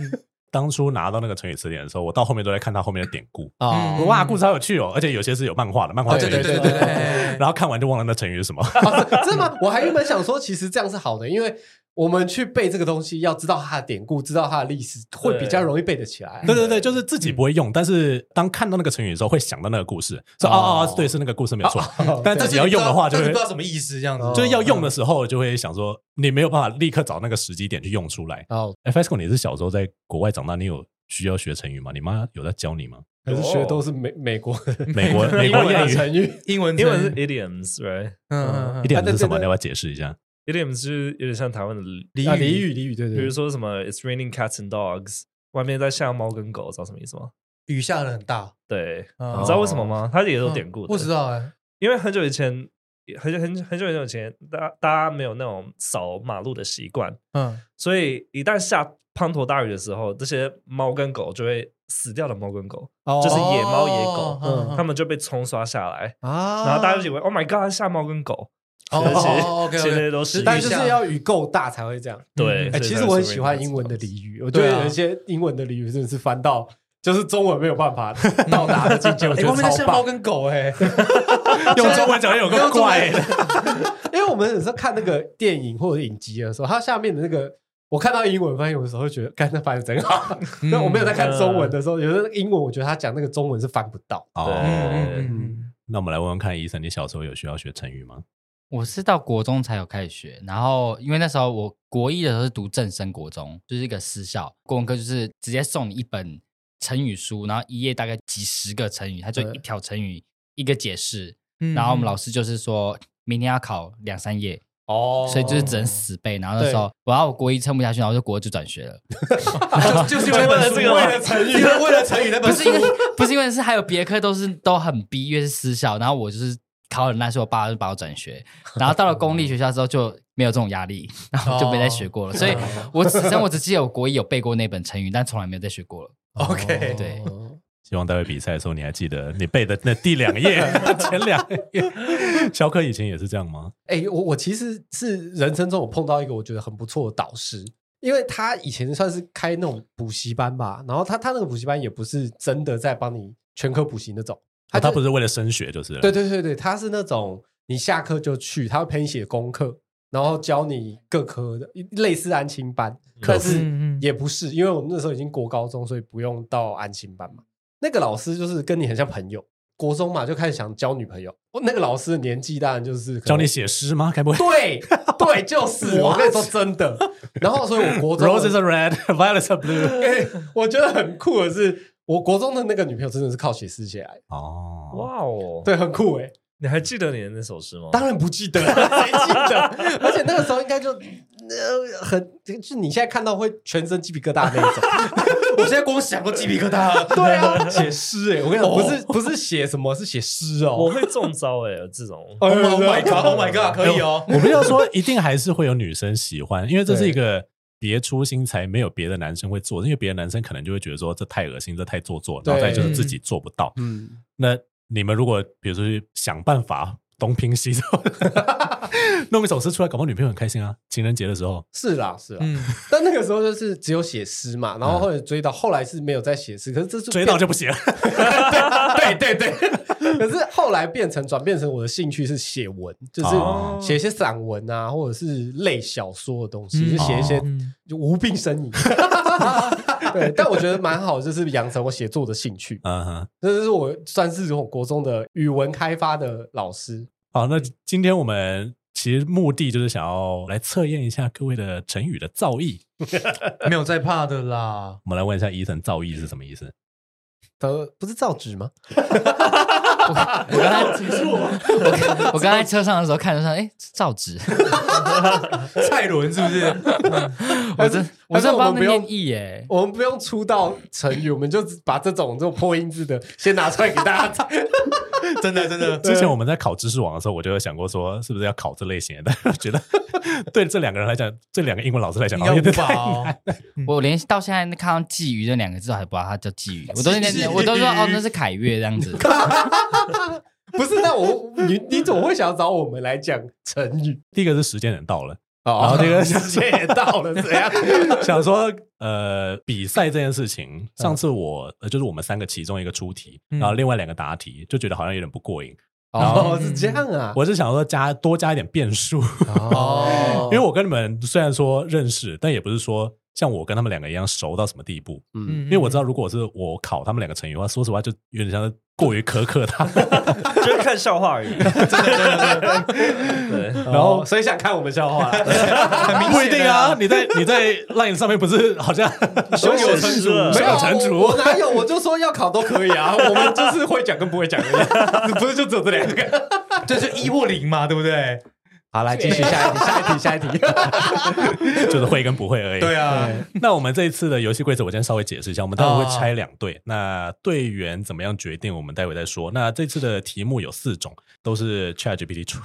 [SPEAKER 4] 当初拿到那个成语词典的时候，我到后面都在看它后面的典故。
[SPEAKER 5] 啊
[SPEAKER 3] 嗯
[SPEAKER 4] 哇，故事好有趣哦，而且有些是有漫画的，漫画
[SPEAKER 5] 哦
[SPEAKER 4] 成
[SPEAKER 3] 对
[SPEAKER 4] 语
[SPEAKER 3] 对对对对对，
[SPEAKER 4] 然后看完就忘了那成语是什么。
[SPEAKER 5] 啊真的吗？我还原本想说，其实这样是好的，因为我们去背这个东西，要知道它的典故，知道它的历史，会比较容易背得起来。
[SPEAKER 4] 对对对，就是自己不会用，但是当看到那个成语的时候，会想到那个故事，说
[SPEAKER 5] 哦
[SPEAKER 4] 哦哦，对，是那个故事没有错。
[SPEAKER 5] 哦
[SPEAKER 4] 但自己要用的话，就
[SPEAKER 3] 但是
[SPEAKER 4] 会
[SPEAKER 3] 不知道什么意思这样子
[SPEAKER 5] 哦。
[SPEAKER 4] 就是要用的时候，就会想说你没有办法立刻找那个时机点去用出来。
[SPEAKER 5] 哦，
[SPEAKER 4] FESCO，你是小时候在国外长大，你有需要学成语吗？你妈有在教你吗？
[SPEAKER 5] 可是学的都是美美国
[SPEAKER 4] 美国美
[SPEAKER 5] 英
[SPEAKER 4] 国
[SPEAKER 5] 文的
[SPEAKER 4] 谚语，
[SPEAKER 5] 成语，
[SPEAKER 3] 英文
[SPEAKER 2] 英文是
[SPEAKER 3] 成
[SPEAKER 5] 嗯
[SPEAKER 3] 语
[SPEAKER 2] idioms right？idioms
[SPEAKER 3] 嗯嗯嗯
[SPEAKER 4] 一点是什么？
[SPEAKER 5] 啊对对对
[SPEAKER 4] 你要不要解释一下？
[SPEAKER 2] 就是有点像台湾的俚
[SPEAKER 3] 俚
[SPEAKER 5] 啊，
[SPEAKER 3] 语
[SPEAKER 5] 俚语俚语，对对，
[SPEAKER 2] 比如说什么 "It's raining cats and dogs"，外面在下猫跟狗，知道什么意思吗？
[SPEAKER 3] 雨下的很大，
[SPEAKER 2] 对，
[SPEAKER 3] 哦
[SPEAKER 2] 你知道为什么吗？它
[SPEAKER 5] 嗯
[SPEAKER 2] 也有典故的，
[SPEAKER 3] 不知道哎。
[SPEAKER 2] 因为很久以前，很久很久很久很久以前，大家大家没有那种扫马路的习惯，
[SPEAKER 3] 嗯，
[SPEAKER 2] 所以一旦下滂沱大雨的时候，这些猫跟狗就会死掉的猫跟狗，
[SPEAKER 5] 哦
[SPEAKER 2] 就是野猫野狗，
[SPEAKER 3] 嗯嗯
[SPEAKER 2] 它们就被冲刷下来，
[SPEAKER 5] 啊，
[SPEAKER 2] 然后大家就以为 "Oh my God"，下猫跟狗，
[SPEAKER 3] 哦
[SPEAKER 2] 其实
[SPEAKER 3] 哦 ，OK，OK
[SPEAKER 2] 其实都是
[SPEAKER 5] 但
[SPEAKER 3] 雨
[SPEAKER 5] 就
[SPEAKER 3] 下
[SPEAKER 5] 是要雨够大才会这样。
[SPEAKER 2] 对
[SPEAKER 3] 嗯。
[SPEAKER 2] 所
[SPEAKER 5] 哎、
[SPEAKER 2] 以
[SPEAKER 5] 其
[SPEAKER 2] 才
[SPEAKER 5] 实
[SPEAKER 2] 会
[SPEAKER 5] 我很
[SPEAKER 2] raining
[SPEAKER 5] 喜欢
[SPEAKER 2] cats
[SPEAKER 5] 英
[SPEAKER 2] and
[SPEAKER 5] 文的
[SPEAKER 2] dogs
[SPEAKER 5] 俚语，我觉
[SPEAKER 3] 对啊
[SPEAKER 5] 得有一些英文的俚语真的是翻到就是中文没有办法到达的 境界，我
[SPEAKER 3] 哎，
[SPEAKER 5] 觉
[SPEAKER 3] 外
[SPEAKER 5] 得
[SPEAKER 3] 面在
[SPEAKER 5] 超
[SPEAKER 3] 下猫
[SPEAKER 5] 棒。
[SPEAKER 3] 跟狗哎，
[SPEAKER 4] 用中文讲有
[SPEAKER 3] 用
[SPEAKER 4] 个
[SPEAKER 3] 中文
[SPEAKER 4] 怪的，
[SPEAKER 5] 因为我们有时候看那个电影或者影集的时候，它下面的那个我看到英文翻译，有的时候会觉得，干，那翻译真好。那 我没有在看中文的时候，有的英文我觉得他讲那个中文是翻不到。
[SPEAKER 4] 哦，
[SPEAKER 3] 嗯嗯
[SPEAKER 4] 那我们来问问看，医生，你小时候有需要学成语吗？
[SPEAKER 1] 我是到国中才有开始学，然后因为那时候我国一的时候是读正升国中，就是一个私校，国文科就是直接送你一本成语书，然后一页大概几十个成语，它就一条成语一个解释，
[SPEAKER 3] 嗯，
[SPEAKER 1] 然后我们老师就是说明天要考两三页，
[SPEAKER 5] 哦
[SPEAKER 1] 所以就是只能死背。然后那时候，然后我国一撑不下去，然后就国二就转学了，
[SPEAKER 3] 就就是因为本书，为了成语，为了成语那
[SPEAKER 1] 不
[SPEAKER 3] 本
[SPEAKER 1] 是
[SPEAKER 3] 书
[SPEAKER 1] 因为不是因为是还有别科都是都很逼，因为是私校，然后我就是考很烂，所以我爸就把我转 学，然后到了公立学校之后就没有这种压力，然后就没再学过了，
[SPEAKER 5] 哦
[SPEAKER 1] 所以我此生我只记得我国一有背过那本成语，但从来没有再学过 了。
[SPEAKER 3] OK，
[SPEAKER 5] 哦
[SPEAKER 1] 对
[SPEAKER 4] 希望待会比赛的时候你还记得你背的那第两 页、前两页。小可以前也是这样吗？
[SPEAKER 5] 哎、我我其实是人生中我碰到一个我觉得很不错的导师，因为他以前算是开那种补习班吧，然后他他那个补习班也不是真的在帮你全科补习那种，
[SPEAKER 4] 哦他
[SPEAKER 5] 就
[SPEAKER 4] 他不是为了升学，就是了
[SPEAKER 5] 对对对对，他是那种你下课就去，他会陪你写功课，然后教你各科的，类似安亲班，但是
[SPEAKER 3] 嗯嗯
[SPEAKER 5] 也不是，因为我们那时候已经国高中，所以不用到安亲班嘛。那个老师就是跟你很像朋友，国中嘛就开始想交女朋友。哦那个老师的年纪当然就是可
[SPEAKER 4] 教
[SPEAKER 5] 能
[SPEAKER 4] 你写诗吗？该不会
[SPEAKER 5] 对对，就是 我跟你说真的。 然后，所以我国中
[SPEAKER 4] roses are red, violets are blue？
[SPEAKER 5] 哎我觉得很酷的是，我国中的那个女朋友真的是靠写诗写来的，
[SPEAKER 4] 哦，
[SPEAKER 2] 哇哦，，
[SPEAKER 5] 对，很酷哎、
[SPEAKER 2] 你还记得你的那首诗吗？
[SPEAKER 5] 当然不记 得，谁记得？而且那个时候应该就呃很，就是你现在看到会全身鸡皮疙瘩那 一种。
[SPEAKER 3] 我现在光想都鸡皮疙瘩了。
[SPEAKER 5] 对啊，写诗哎，我跟你讲，不是不是写什么，是写诗
[SPEAKER 2] 我
[SPEAKER 5] 哦。
[SPEAKER 2] 会中招哎、这种
[SPEAKER 3] Oh my- oh my god! Oh my god! 可以 哦。
[SPEAKER 4] 我们要说一定还是会有女生喜欢，因为这是一个别出心裁，没有别的男生会做，因为别的男生可能就会觉得说这太恶心，这太做作，
[SPEAKER 5] 对
[SPEAKER 4] 然后再就是自己做不到。
[SPEAKER 5] 嗯，
[SPEAKER 4] 那你们如果比如说去想办法东拼西凑，弄一首诗出来，搞不好女朋友很开心啊。情人节的时候，
[SPEAKER 5] 是啦是啦，
[SPEAKER 3] 嗯，
[SPEAKER 5] 但那个时候就是只有写诗嘛，然后后来追到，后来是没有再写诗，可是这是
[SPEAKER 4] 追到就不行了。
[SPEAKER 5] 对对对对。 可是后来变成转变成我的兴趣是写文，就是
[SPEAKER 4] 哦
[SPEAKER 5] 写一些散文啊，或者是类小说的东西，
[SPEAKER 3] 嗯
[SPEAKER 5] 就写一些
[SPEAKER 3] 嗯
[SPEAKER 5] 就无
[SPEAKER 1] 哦
[SPEAKER 5] 病呻吟。 对，但我觉得蛮好，就是养成我写作的兴趣。
[SPEAKER 4] 嗯哼，
[SPEAKER 5] 这是我算是我国中的语文开发的老师。
[SPEAKER 4] 好，那今天我们其实目的就是想要来测验一下各位的成语的造诣。
[SPEAKER 3] 没有在怕的啦。
[SPEAKER 4] 我们来问一下伊森，造诣是什么意思？
[SPEAKER 5] 呃，不是造纸吗？
[SPEAKER 1] 我刚才我我刚才车上的时候看着上，哎，造纸，
[SPEAKER 3] 蔡伦是不是？
[SPEAKER 1] 我真我
[SPEAKER 5] 还
[SPEAKER 1] 真
[SPEAKER 5] 是
[SPEAKER 1] 的
[SPEAKER 5] 我们
[SPEAKER 1] 帮
[SPEAKER 5] 不
[SPEAKER 1] 他
[SPEAKER 5] 用
[SPEAKER 1] 念译耶。
[SPEAKER 5] 我们不用出道成语，我们就把这种这种破音字的先拿出来给大家。
[SPEAKER 3] 真的真的，
[SPEAKER 4] 之前我们在考知识网的时候，我就有想过说，是不是要考这类型的？ 但是觉得对这两个人来讲，这两个英文老师来讲，
[SPEAKER 3] 应
[SPEAKER 4] 好
[SPEAKER 3] 该
[SPEAKER 4] 像有
[SPEAKER 3] 无
[SPEAKER 4] 点
[SPEAKER 3] 法
[SPEAKER 4] 太
[SPEAKER 3] 哦。
[SPEAKER 5] 嗯
[SPEAKER 1] 我连到现在看到“鲫鱼”这两个字，我还不知道它叫鲫鱼，我 都
[SPEAKER 3] 鲫鱼
[SPEAKER 1] 我都说哦，那是凯越这样子。
[SPEAKER 5] 不是，那我你你怎么会想要找我们来讲成语？
[SPEAKER 4] 第一个是时间点到了，
[SPEAKER 5] 然
[SPEAKER 1] 哦
[SPEAKER 4] 后这个
[SPEAKER 5] 时间也到了，怎 样？
[SPEAKER 4] 想说呃，比赛这件事情，上次我呃就是我们三个其中一个出题，
[SPEAKER 3] 嗯
[SPEAKER 4] 然后另外两个答题，就觉得好像有点不过瘾。
[SPEAKER 5] 哦，是这样啊。
[SPEAKER 4] 我是想说加多加一点变数，
[SPEAKER 5] 哦
[SPEAKER 4] 因为我跟你们虽然说认识，但也不是说像我跟他们两个一样熟到什么地步。
[SPEAKER 5] 嗯，
[SPEAKER 3] 因
[SPEAKER 4] 因为我知道，如果是我考他们两个成语的话，说实话就有点像是过于苛刻他们。
[SPEAKER 2] 就是看笑话而已。对，
[SPEAKER 5] 然
[SPEAKER 3] 哦
[SPEAKER 5] 后所以想看我们笑 话，
[SPEAKER 4] 不一定啊，你在你在 Line 上面不是好像
[SPEAKER 2] 胸有成竹
[SPEAKER 4] 没有
[SPEAKER 5] 啊
[SPEAKER 4] 成
[SPEAKER 5] 我
[SPEAKER 4] 竹
[SPEAKER 5] 我哪有？我就说要考都可以啊， 我们就是会讲跟不会讲而已，不是就只有这两个？
[SPEAKER 3] 这就一或零嘛，对不对？
[SPEAKER 5] 好，来继续下一题，下一题，下一题。
[SPEAKER 4] 就是会跟不会而 已。
[SPEAKER 3] 对啊，
[SPEAKER 4] 那我们这一次的游戏规则，我先稍微解释一下。我们待会会拆两队，那队员怎么样决定，我们待会再说。那这次的题目有四种，都是 ChatGPT 出。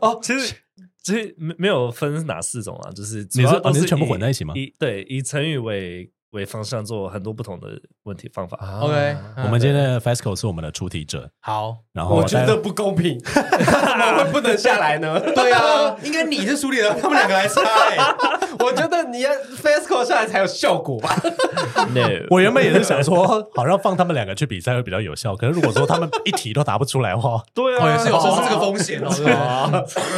[SPEAKER 5] 哦，
[SPEAKER 2] 其实其实没没有分哪四种啊，就是主
[SPEAKER 4] 你是
[SPEAKER 2] 要
[SPEAKER 4] 哦
[SPEAKER 2] 都
[SPEAKER 4] 你
[SPEAKER 2] 是
[SPEAKER 4] 是全部
[SPEAKER 2] 以
[SPEAKER 4] 混在一起吗
[SPEAKER 2] 以对，以成语为为方向做很多不同的问题方
[SPEAKER 5] 哦
[SPEAKER 4] 啊
[SPEAKER 2] 法。
[SPEAKER 3] OK，
[SPEAKER 4] 我们今天的 Fasco 是我们的出题者，
[SPEAKER 3] 好。
[SPEAKER 4] 然后
[SPEAKER 5] 我觉
[SPEAKER 4] 待
[SPEAKER 5] 得
[SPEAKER 4] 会
[SPEAKER 5] 不公 平，怎么会不能下来呢？
[SPEAKER 4] 啊
[SPEAKER 3] 对啊，应该你是苏里的，他们两个来猜。
[SPEAKER 5] 我觉得你要 FESCO 下来才有效果 吧。
[SPEAKER 2] No，
[SPEAKER 4] 我原本也是想说，好像放他们两个去比赛会比较有效。可是如果说他们一题都答不出来的话，
[SPEAKER 2] 对
[SPEAKER 3] 哦，
[SPEAKER 2] 啊，
[SPEAKER 3] 也是有
[SPEAKER 2] 就是
[SPEAKER 3] 这这个风险哦，是吧？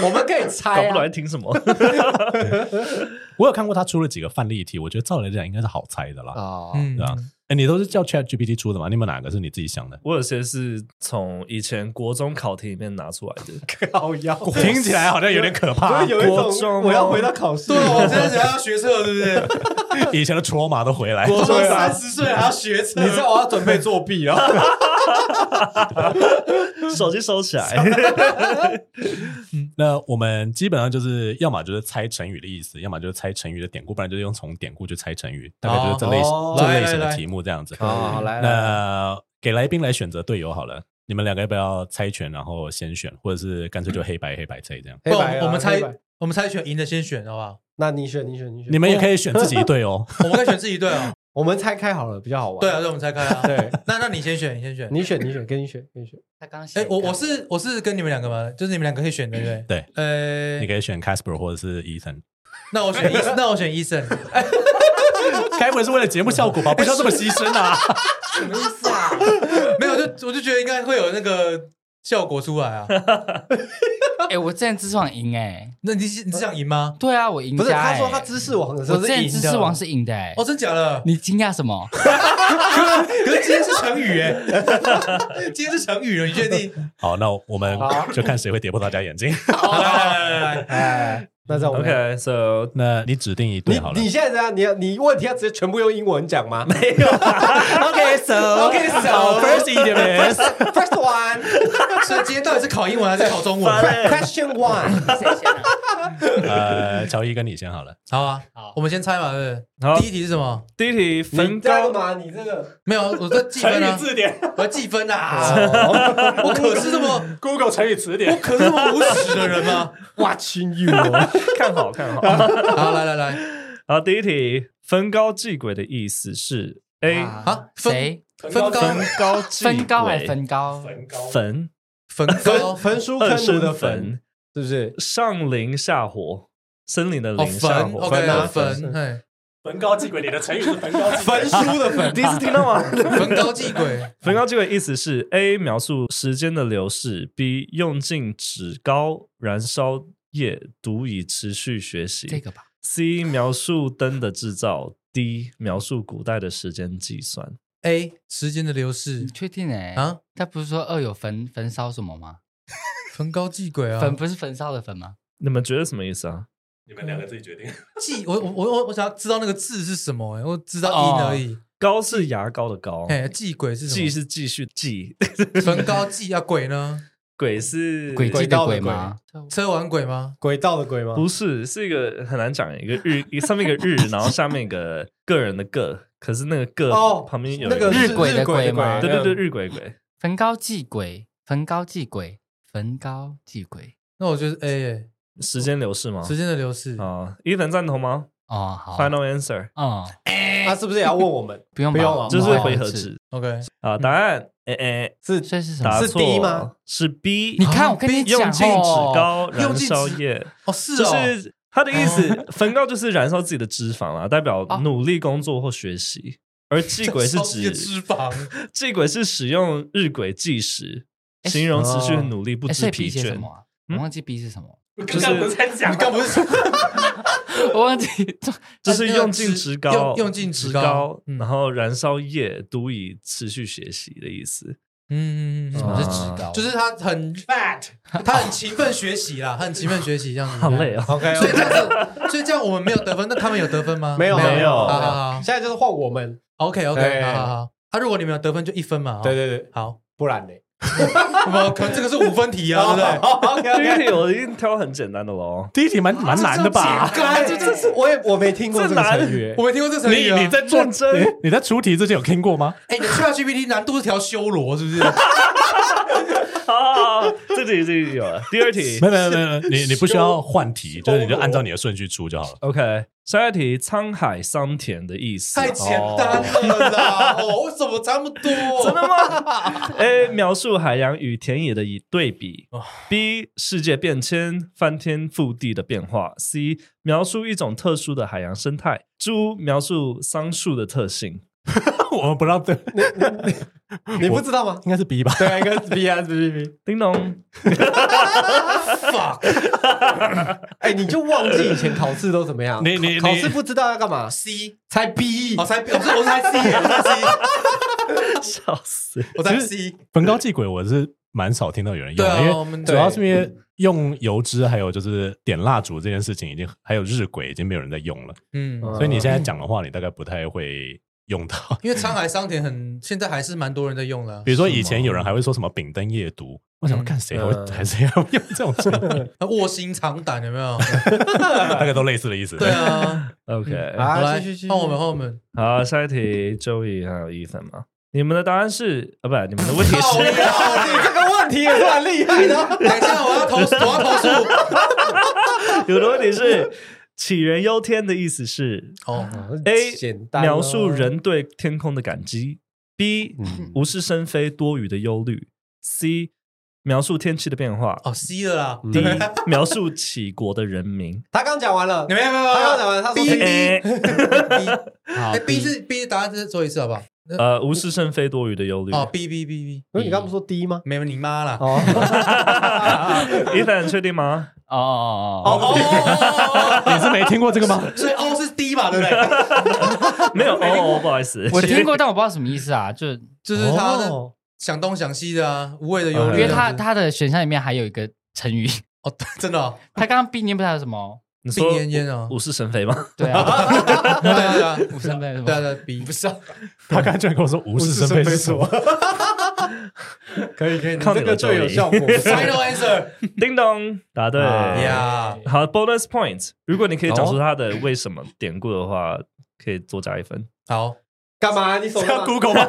[SPEAKER 5] 我们可以猜、
[SPEAKER 2] 搞不
[SPEAKER 5] 啊
[SPEAKER 2] 来，听什么？
[SPEAKER 4] 我有看过他出了几个范例题，我觉得照理来讲应该是好猜的啦。
[SPEAKER 5] 哦
[SPEAKER 3] 嗯
[SPEAKER 4] 对啊，哎，你都是叫 Chat GPT 出的吗？你们哪个是你自己想的？
[SPEAKER 2] 我有些是从以前国中考题里面拿出来 的，
[SPEAKER 5] 靠腰，
[SPEAKER 4] 听啊起来好像有点可
[SPEAKER 5] 我
[SPEAKER 4] 怕。
[SPEAKER 5] 哦有
[SPEAKER 2] 国
[SPEAKER 5] 一
[SPEAKER 2] 中哦
[SPEAKER 5] 种我要回到考试。
[SPEAKER 3] 对
[SPEAKER 4] 啊
[SPEAKER 3] 哦，我现在想要学测，对不对？
[SPEAKER 4] 以前的 trauma 都回来。
[SPEAKER 3] 我都
[SPEAKER 5] 对啊
[SPEAKER 3] 三十岁还要学测，
[SPEAKER 5] 你知道我要准备作弊哦。
[SPEAKER 2] 手机收起 来。
[SPEAKER 4] 嗯那我们基本上就是要么就是猜成语的意思，要么就是猜成语的典故，不然就是用从典故去猜成语，大概就是这类、
[SPEAKER 5] 哦
[SPEAKER 4] 这
[SPEAKER 3] 来
[SPEAKER 4] 类型
[SPEAKER 3] 来
[SPEAKER 4] 的
[SPEAKER 3] 来
[SPEAKER 4] 题目这样子。
[SPEAKER 5] 好，来
[SPEAKER 4] 那给来宾来选择队友好了，你们两个要不要猜拳，然后先选，或者是干脆就黑白黑白猜这样？
[SPEAKER 5] 黑白啊
[SPEAKER 3] 不我们猜
[SPEAKER 5] 黑白，
[SPEAKER 3] 我们猜拳赢的先选，好不好？
[SPEAKER 5] 那你选，你选，你选。
[SPEAKER 4] 你们也可以选自己队哦。
[SPEAKER 3] 我们可以选自己队哦。
[SPEAKER 5] 我们猜开好了，比较好玩。
[SPEAKER 3] 对啊，对，我们猜开啊。
[SPEAKER 5] 对，
[SPEAKER 3] 那那你先选，你先选。
[SPEAKER 5] 你选，你选，跟你选，跟你选。
[SPEAKER 1] 他刚写
[SPEAKER 3] 哎，我我
[SPEAKER 1] 刚
[SPEAKER 3] 是我是跟你们两个嘛，就是你们两个可以选，对不对？
[SPEAKER 4] 对，
[SPEAKER 3] 呃
[SPEAKER 4] 你，可以选 Casper 或者是 Ethan。
[SPEAKER 3] 那我选医，那我选医生。
[SPEAKER 4] 该不会是为了节目效 果吧？不需要这么牺牲啊！
[SPEAKER 3] 什么意思啊？没有，就我就觉得应该会有那个效果出来啊。
[SPEAKER 1] 哎、我之前知识网赢哎、
[SPEAKER 3] 那你是你是想赢吗？
[SPEAKER 1] 对啊，
[SPEAKER 4] 嗯
[SPEAKER 1] 我赢
[SPEAKER 5] 不是，
[SPEAKER 1] 家
[SPEAKER 5] 他
[SPEAKER 1] 欸
[SPEAKER 5] 说他知识王的时
[SPEAKER 1] 我
[SPEAKER 5] 候
[SPEAKER 1] 之
[SPEAKER 5] 是赢
[SPEAKER 1] 前
[SPEAKER 5] 的。
[SPEAKER 1] 知识王是赢的哎、
[SPEAKER 3] 哦，真假的？
[SPEAKER 1] 你惊讶什么？
[SPEAKER 3] 可是今天是成语哎，今天是成语了，你确定？
[SPEAKER 4] 好，那我们
[SPEAKER 5] 好
[SPEAKER 4] 就看谁会跌破大家眼睛。
[SPEAKER 3] 好，来来来来来，
[SPEAKER 5] 哎，那这样我们
[SPEAKER 2] OK，so
[SPEAKER 4] 那你指定一队
[SPEAKER 5] 你
[SPEAKER 4] 好了
[SPEAKER 5] 你。现在这样，你要你问题要直接全部用英文讲 吗
[SPEAKER 4] OK，so
[SPEAKER 5] ？OK，so
[SPEAKER 4] first is
[SPEAKER 5] first one
[SPEAKER 3] 所以今天到底是考英文还是考中文？
[SPEAKER 5] question one，
[SPEAKER 1] 谁先啊？
[SPEAKER 4] 呃，乔伊跟你先好 了。
[SPEAKER 3] 好啊，
[SPEAKER 1] 好
[SPEAKER 3] 我们先猜嘛，对不
[SPEAKER 2] 好
[SPEAKER 3] 对？第一题是什么？
[SPEAKER 2] 第一题
[SPEAKER 5] 你
[SPEAKER 2] 分
[SPEAKER 5] 这
[SPEAKER 2] 高
[SPEAKER 5] 样嘛？你这个
[SPEAKER 3] 没有，我在记分啊，
[SPEAKER 4] 典
[SPEAKER 3] 我在记分啊。
[SPEAKER 5] 哦
[SPEAKER 3] 我可是这么，
[SPEAKER 4] ，Google 成语词典
[SPEAKER 3] 我 可是这么 无耻的人吗？
[SPEAKER 5] watching you，哦
[SPEAKER 2] 看好看好。
[SPEAKER 3] 好，来来来，
[SPEAKER 2] 好，第一题分高继轨的意思是 A
[SPEAKER 3] 啊分
[SPEAKER 1] 谁
[SPEAKER 3] 分高
[SPEAKER 2] 分高继轨
[SPEAKER 1] 分高还分高？
[SPEAKER 2] 坟
[SPEAKER 3] 分高
[SPEAKER 5] 焚书
[SPEAKER 2] 二
[SPEAKER 5] 坑儒的
[SPEAKER 2] 声
[SPEAKER 5] 焚
[SPEAKER 2] 坟，
[SPEAKER 5] 是不是？
[SPEAKER 2] 上林下火，森林的
[SPEAKER 3] 哦
[SPEAKER 2] 林下
[SPEAKER 3] 坟
[SPEAKER 2] 火。
[SPEAKER 3] ，OK
[SPEAKER 5] 分啊
[SPEAKER 3] 啊坟，嘿
[SPEAKER 4] 焚高继轨，你的成语是焚高继
[SPEAKER 5] 焚书的焚，
[SPEAKER 2] 第一次听到吗？
[SPEAKER 3] 坟高继轨，
[SPEAKER 2] 分高继轨意思是 A 描述时间的流逝，B 用尽纸高燃烧液读以持续学习。
[SPEAKER 1] 这个吧，
[SPEAKER 2] C 描述灯的制造，D 描述古代的时间计算。
[SPEAKER 3] A 时间的流逝
[SPEAKER 1] 你确定哎、
[SPEAKER 3] 嗯啊，
[SPEAKER 1] 他不是说二有焚焚烧什么吗？
[SPEAKER 3] 焚高继轨啊，
[SPEAKER 1] 焚不是焚烧的焚吗？
[SPEAKER 2] 你们觉得什么意思啊？
[SPEAKER 4] 你们两个自己决定。
[SPEAKER 3] 继，我我我我我想要知道那个字是什么、欸，我知道
[SPEAKER 1] 哦
[SPEAKER 3] 音而已。
[SPEAKER 2] 高是牙膏的高，
[SPEAKER 3] 哎、继轨是什
[SPEAKER 2] 继
[SPEAKER 3] 么？
[SPEAKER 2] 是继续继，
[SPEAKER 3] 焚高继啊，轨呢？
[SPEAKER 2] 鬼是
[SPEAKER 1] 轨迹
[SPEAKER 5] 轨
[SPEAKER 1] 的
[SPEAKER 5] 道
[SPEAKER 1] 轨
[SPEAKER 5] 的
[SPEAKER 1] 吗？
[SPEAKER 3] 车玩轨吗？
[SPEAKER 5] 轨道的轨吗？
[SPEAKER 2] 不是是一个很难讲，一个日 一上面一个日，然后下面一个个人的个，可是那个个
[SPEAKER 5] 哦
[SPEAKER 2] 旁边有一
[SPEAKER 5] 那个
[SPEAKER 1] 日
[SPEAKER 5] 是嗯
[SPEAKER 1] 晷的
[SPEAKER 5] 日晷
[SPEAKER 1] 晷吗
[SPEAKER 5] 的
[SPEAKER 2] 对对对，
[SPEAKER 5] 对，
[SPEAKER 2] 日鬼鬼。
[SPEAKER 1] 焚高继轨，焚高继轨，焚高继轨。
[SPEAKER 3] 那我就是 A，、欸、
[SPEAKER 2] 时间流逝吗？
[SPEAKER 3] 时间的流逝。
[SPEAKER 2] 啊，伊凡赞同吗
[SPEAKER 1] 哦，好，
[SPEAKER 2] ？Final answer
[SPEAKER 1] 嗯，
[SPEAKER 5] 他啊是不是也要问我们？
[SPEAKER 1] 不用
[SPEAKER 5] 不
[SPEAKER 1] 吧
[SPEAKER 5] 用啊
[SPEAKER 2] 就是回合。
[SPEAKER 1] 哦
[SPEAKER 2] 制
[SPEAKER 3] OK，
[SPEAKER 2] 啊，答案哎哎，
[SPEAKER 5] 是
[SPEAKER 1] 所以是什么
[SPEAKER 2] 答？
[SPEAKER 5] 是 D 吗
[SPEAKER 2] 错，是 B。
[SPEAKER 1] 你看，我跟你讲
[SPEAKER 2] 用尽纸
[SPEAKER 1] 哦，
[SPEAKER 2] 高
[SPEAKER 3] 用
[SPEAKER 2] 燃
[SPEAKER 3] 尽
[SPEAKER 2] 烧
[SPEAKER 3] 纸
[SPEAKER 2] 液，
[SPEAKER 3] 哦是
[SPEAKER 2] 就
[SPEAKER 3] 哦，
[SPEAKER 2] 是他的意思，焚高就是燃烧自己的脂肪啦，代表
[SPEAKER 1] 哦
[SPEAKER 2] 努力工作或学习。而继轨是
[SPEAKER 3] 烧自己的
[SPEAKER 2] 指
[SPEAKER 3] 脂肪，
[SPEAKER 2] 继轨是使用日晷计时，
[SPEAKER 1] 哎
[SPEAKER 2] 形容持续
[SPEAKER 5] 哦
[SPEAKER 2] 努力不
[SPEAKER 1] 哎所
[SPEAKER 2] 知
[SPEAKER 1] 以 B
[SPEAKER 2] 疲
[SPEAKER 1] 写什
[SPEAKER 2] 倦
[SPEAKER 1] 么。啊？我忘记 B 是什么，
[SPEAKER 2] 就是
[SPEAKER 3] 你刚不是
[SPEAKER 1] 我忘记
[SPEAKER 2] 就是
[SPEAKER 3] 那个
[SPEAKER 2] 用尽
[SPEAKER 3] 脂
[SPEAKER 2] 职
[SPEAKER 3] 用
[SPEAKER 2] 高，
[SPEAKER 3] 用尽
[SPEAKER 2] 职
[SPEAKER 3] 职高嗯
[SPEAKER 2] 然后燃烧液，读以持续学习的意思。
[SPEAKER 3] 嗯嗯嗯
[SPEAKER 1] 什
[SPEAKER 3] 嗯，
[SPEAKER 1] 么是职高，
[SPEAKER 3] 就是他很 fat，他很勤奋学习啦，他很勤奋学习这样子。
[SPEAKER 2] 好累。哦。
[SPEAKER 5] OK，
[SPEAKER 3] 所以这样子，所以这样我们没有得分，那他们有得分吗？
[SPEAKER 5] 没有
[SPEAKER 2] 没有
[SPEAKER 5] 有，
[SPEAKER 3] 好好好
[SPEAKER 5] 现在就是换我们。
[SPEAKER 3] OK OK，
[SPEAKER 5] 对
[SPEAKER 3] 好好好。啊，如果你们有得分就一分嘛。哦
[SPEAKER 5] 对，对对，
[SPEAKER 3] 好，
[SPEAKER 5] 不然呢？
[SPEAKER 3] 我可能这个是五分题 啊，对不对？
[SPEAKER 5] OK
[SPEAKER 2] 第
[SPEAKER 5] OK，
[SPEAKER 2] 一题 我已经挑很简单的哦喽。
[SPEAKER 4] 第一题蛮蛮难的吧？
[SPEAKER 5] 这这是我也我没听过这个成语。
[SPEAKER 3] 我没听过这成
[SPEAKER 4] 你
[SPEAKER 3] 语啊。
[SPEAKER 4] 你在做
[SPEAKER 2] 认真
[SPEAKER 4] 你你在出题之前有听过吗？
[SPEAKER 3] 哎，你的 ChatGPT 难度是条修罗是不是？
[SPEAKER 2] 好，好啊这题这题有了。第二 题
[SPEAKER 4] 没有没有没有，你你不需要换 题，就是你就按照你的顺序出就好了。
[SPEAKER 2] ，OK，下一题，沧海桑田的意思。
[SPEAKER 3] 太简单了啦！哦，为什么差不多？真的吗？
[SPEAKER 2] A 描述海洋与田野的以对比
[SPEAKER 3] 哦
[SPEAKER 2] ，B 世界变迁翻天覆地的变化，C 描述一种特殊的海洋生态猪描述桑树的特性。
[SPEAKER 4] 我们不让对，
[SPEAKER 5] 你不知道吗？
[SPEAKER 4] 应该是 B 吧？
[SPEAKER 5] 对啊，应该是 B 啊，是 B B。
[SPEAKER 2] 叮咚，
[SPEAKER 3] fuck
[SPEAKER 5] 哎，你就忘记以前考试都怎么样？
[SPEAKER 4] 你你
[SPEAKER 5] 考
[SPEAKER 4] 你
[SPEAKER 5] 试不知道要干嘛？
[SPEAKER 3] C，
[SPEAKER 5] 猜 B，
[SPEAKER 3] 我猜 B，我是我猜 C，我猜 C，哦
[SPEAKER 2] 笑死！
[SPEAKER 3] 我猜 C，
[SPEAKER 4] 焚膏寄鬼，我是蛮少听到有人用
[SPEAKER 3] 对啊
[SPEAKER 4] 的，
[SPEAKER 3] 我
[SPEAKER 4] 因
[SPEAKER 3] 们
[SPEAKER 4] 为主要是因为用油脂还有就是点蜡烛这件事情已经还有日晷已经没有人在用了，
[SPEAKER 3] 嗯，
[SPEAKER 4] 所以你现在讲的话，你大概不太会用到。
[SPEAKER 3] 因为沧海桑田很，现在还是蛮多人在用的啊
[SPEAKER 4] 比。如说以前有人还会说什么丙灯夜读，我想看谁会
[SPEAKER 5] 嗯
[SPEAKER 4] 还谁要用这种词，
[SPEAKER 3] 那卧薪尝胆有没有？
[SPEAKER 4] 大概都类似的意思。
[SPEAKER 3] 对啊，
[SPEAKER 2] OK，、
[SPEAKER 5] 啊
[SPEAKER 3] 好来
[SPEAKER 5] 继续继续
[SPEAKER 3] 换我们，换我们。
[SPEAKER 2] 好，下一题，Joey 还有 Ethan 吗？你们的答案是啊，不，你们的问题
[SPEAKER 3] 靠
[SPEAKER 2] 是
[SPEAKER 3] 呀
[SPEAKER 5] 哦你这个问题也是蛮厉害的。
[SPEAKER 3] 等一下，我要投，我要投 诉。
[SPEAKER 2] 有的问题是杞人忧天的意思是
[SPEAKER 3] 哦，
[SPEAKER 2] A
[SPEAKER 5] 简单哦
[SPEAKER 2] 描述人对天空的感激，B
[SPEAKER 4] 嗯
[SPEAKER 2] 无事生非多余的忧虑，C 描述天气的变化
[SPEAKER 3] 哦 C 了啦。
[SPEAKER 2] ，D 描述起国的人民。
[SPEAKER 5] 他刚讲完了
[SPEAKER 3] 你，没有没有没有，
[SPEAKER 5] 他刚讲完，他说
[SPEAKER 3] B
[SPEAKER 2] A
[SPEAKER 3] B，
[SPEAKER 5] 好
[SPEAKER 3] 哎 B 是 B 答案是做一次好不好？
[SPEAKER 2] 呃，无事生非多余的忧虑。
[SPEAKER 3] 哦 B B B B，
[SPEAKER 5] 不是你刚不说 D 吗？
[SPEAKER 3] 没有你妈啦。
[SPEAKER 5] 哦，
[SPEAKER 2] Ethan 确定吗？
[SPEAKER 1] 哦哦
[SPEAKER 3] 哦
[SPEAKER 1] 哦
[SPEAKER 3] 哦哦哦
[SPEAKER 4] 你是没听过这个吗？
[SPEAKER 3] 哦，所以 O 是 D 嘛，对不对？
[SPEAKER 2] 没有，哦，哦不好意思
[SPEAKER 1] 哦，，我听过，但我不知道什么意思啊。就因
[SPEAKER 3] 就是他的
[SPEAKER 5] 哦
[SPEAKER 3] 想东想西的啊，无谓的忧
[SPEAKER 2] 因
[SPEAKER 3] 虑。
[SPEAKER 1] 为他
[SPEAKER 3] 这样子
[SPEAKER 1] 他的选项里面还有一个成语，
[SPEAKER 3] 哦，对真的哦，
[SPEAKER 1] 他刚刚毕业不知道有什么？
[SPEAKER 2] 你
[SPEAKER 3] 病
[SPEAKER 2] 说
[SPEAKER 3] 恹恹哦
[SPEAKER 2] 无无事生非吗？
[SPEAKER 1] 对啊，
[SPEAKER 3] 对啊对啊
[SPEAKER 1] 五声对什
[SPEAKER 3] 对啊
[SPEAKER 1] 么？
[SPEAKER 3] 对啊 B 不是
[SPEAKER 4] 他刚才居然跟我说无事生非是什么？
[SPEAKER 5] 可以可以，你
[SPEAKER 2] 靠你
[SPEAKER 5] 这
[SPEAKER 2] 了
[SPEAKER 5] 个最有
[SPEAKER 2] Joey
[SPEAKER 5] 效果。
[SPEAKER 3] final answer
[SPEAKER 2] 叮咚，答对。
[SPEAKER 4] 啊
[SPEAKER 3] 哎呀。
[SPEAKER 2] 好，bonus point。如果你可以讲出他的为什么典故的话，可以多加一分。
[SPEAKER 3] 好，
[SPEAKER 5] 干嘛？你手 干嘛
[SPEAKER 4] Google 吗？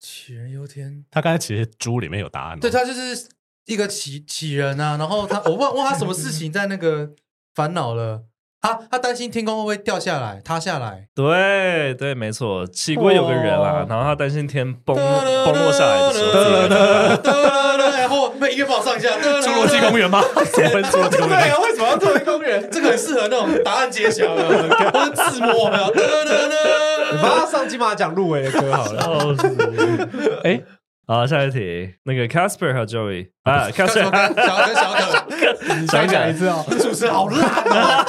[SPEAKER 3] 杞人忧天，
[SPEAKER 4] 他刚才其实猪里面有答案哦，
[SPEAKER 3] 对他就是一个杞杞人啊。然后他，我问问他什么事情在那个烦恼了。他他担心天空会不会掉下来、塌下来，
[SPEAKER 2] 对对，没错，起过有个人啊
[SPEAKER 5] 哦，
[SPEAKER 2] 然后他担心天崩崩落下来的时候，
[SPEAKER 3] 然后被音乐放上下，侏
[SPEAKER 4] 侏罗 纪公园吗？怎么会 侏罗纪公
[SPEAKER 5] 对
[SPEAKER 4] 园？
[SPEAKER 5] 啊，为什么要做一公 园？
[SPEAKER 3] 这个很适合那种答案揭晓的，或者自摸的。
[SPEAKER 5] 你 帮他上金马奖入围的歌好
[SPEAKER 2] 笑
[SPEAKER 5] 了。
[SPEAKER 2] 死！
[SPEAKER 4] 哎，
[SPEAKER 2] 好，下一题，那个 Casper 和 Joey 啊
[SPEAKER 3] 小小
[SPEAKER 2] ，Casper
[SPEAKER 3] 可小可，
[SPEAKER 5] 你再讲一次哦。
[SPEAKER 3] 主持人好烂哦！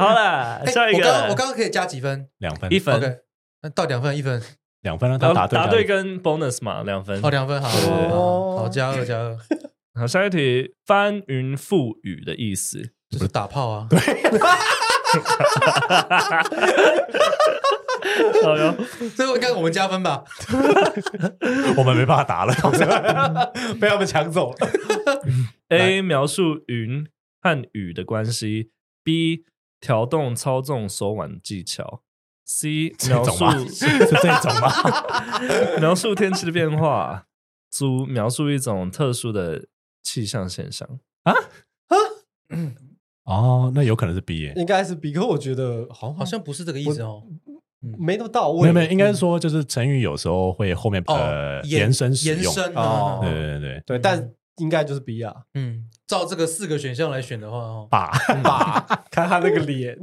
[SPEAKER 2] 好了，
[SPEAKER 3] 哎
[SPEAKER 2] 下一
[SPEAKER 3] 我刚我
[SPEAKER 2] 个
[SPEAKER 3] 刚刚可以加几分
[SPEAKER 4] 两分
[SPEAKER 2] 一，分，
[SPEAKER 3] ？OK，那到两分一分
[SPEAKER 4] 两分让他
[SPEAKER 2] 答
[SPEAKER 4] 答 对，
[SPEAKER 2] 答对跟 bonus 嘛，两分
[SPEAKER 3] 哦，。两分好，
[SPEAKER 2] 对
[SPEAKER 3] 好好加二加二，
[SPEAKER 2] 好，下一题，翻云覆雨的意思。
[SPEAKER 3] 就是打炮啊！
[SPEAKER 2] 好哟，
[SPEAKER 3] 所以我应该我们加分吧？
[SPEAKER 4] 我们没办法答了。
[SPEAKER 5] 被他们抢走了。
[SPEAKER 2] A 描述云和雨的关系，B 调动操纵手腕技巧，C
[SPEAKER 4] 这
[SPEAKER 2] 描
[SPEAKER 4] 种吗
[SPEAKER 2] 述
[SPEAKER 4] 是这种吗？
[SPEAKER 2] 描述天气的变化， 猪描述一种特殊的气象现象。
[SPEAKER 4] 哦，那有可能是 B 耶。
[SPEAKER 5] 应该是 B，可我觉得好像
[SPEAKER 3] 好像不是这个意思哦。
[SPEAKER 5] 没那么到
[SPEAKER 4] 没
[SPEAKER 5] 位。
[SPEAKER 4] 有没有，应该是说就是成语有时候会后面
[SPEAKER 3] 哦
[SPEAKER 4] 呃，嗯延伸使
[SPEAKER 3] 延
[SPEAKER 4] 用。
[SPEAKER 3] 伸
[SPEAKER 5] 哦
[SPEAKER 3] 啊
[SPEAKER 4] 对，对对，
[SPEAKER 5] 对，但应该就是 B 啊。
[SPEAKER 3] 嗯，照这个四个选项来选的话，哦，
[SPEAKER 4] 把
[SPEAKER 5] 爸， 看他那个脸，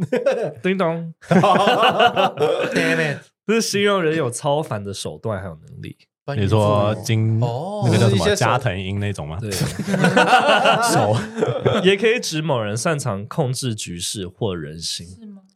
[SPEAKER 2] 叮咚，
[SPEAKER 3] Damn it！
[SPEAKER 2] 这是形容人有超凡的手段还有能力。
[SPEAKER 4] 你说金
[SPEAKER 3] 哦
[SPEAKER 4] 那个叫
[SPEAKER 5] 就是
[SPEAKER 4] 什
[SPEAKER 5] 一些手
[SPEAKER 4] 么加藤鹰那种吗？
[SPEAKER 2] 对，
[SPEAKER 4] 手
[SPEAKER 2] 也可以指某人擅长控制局势或人心。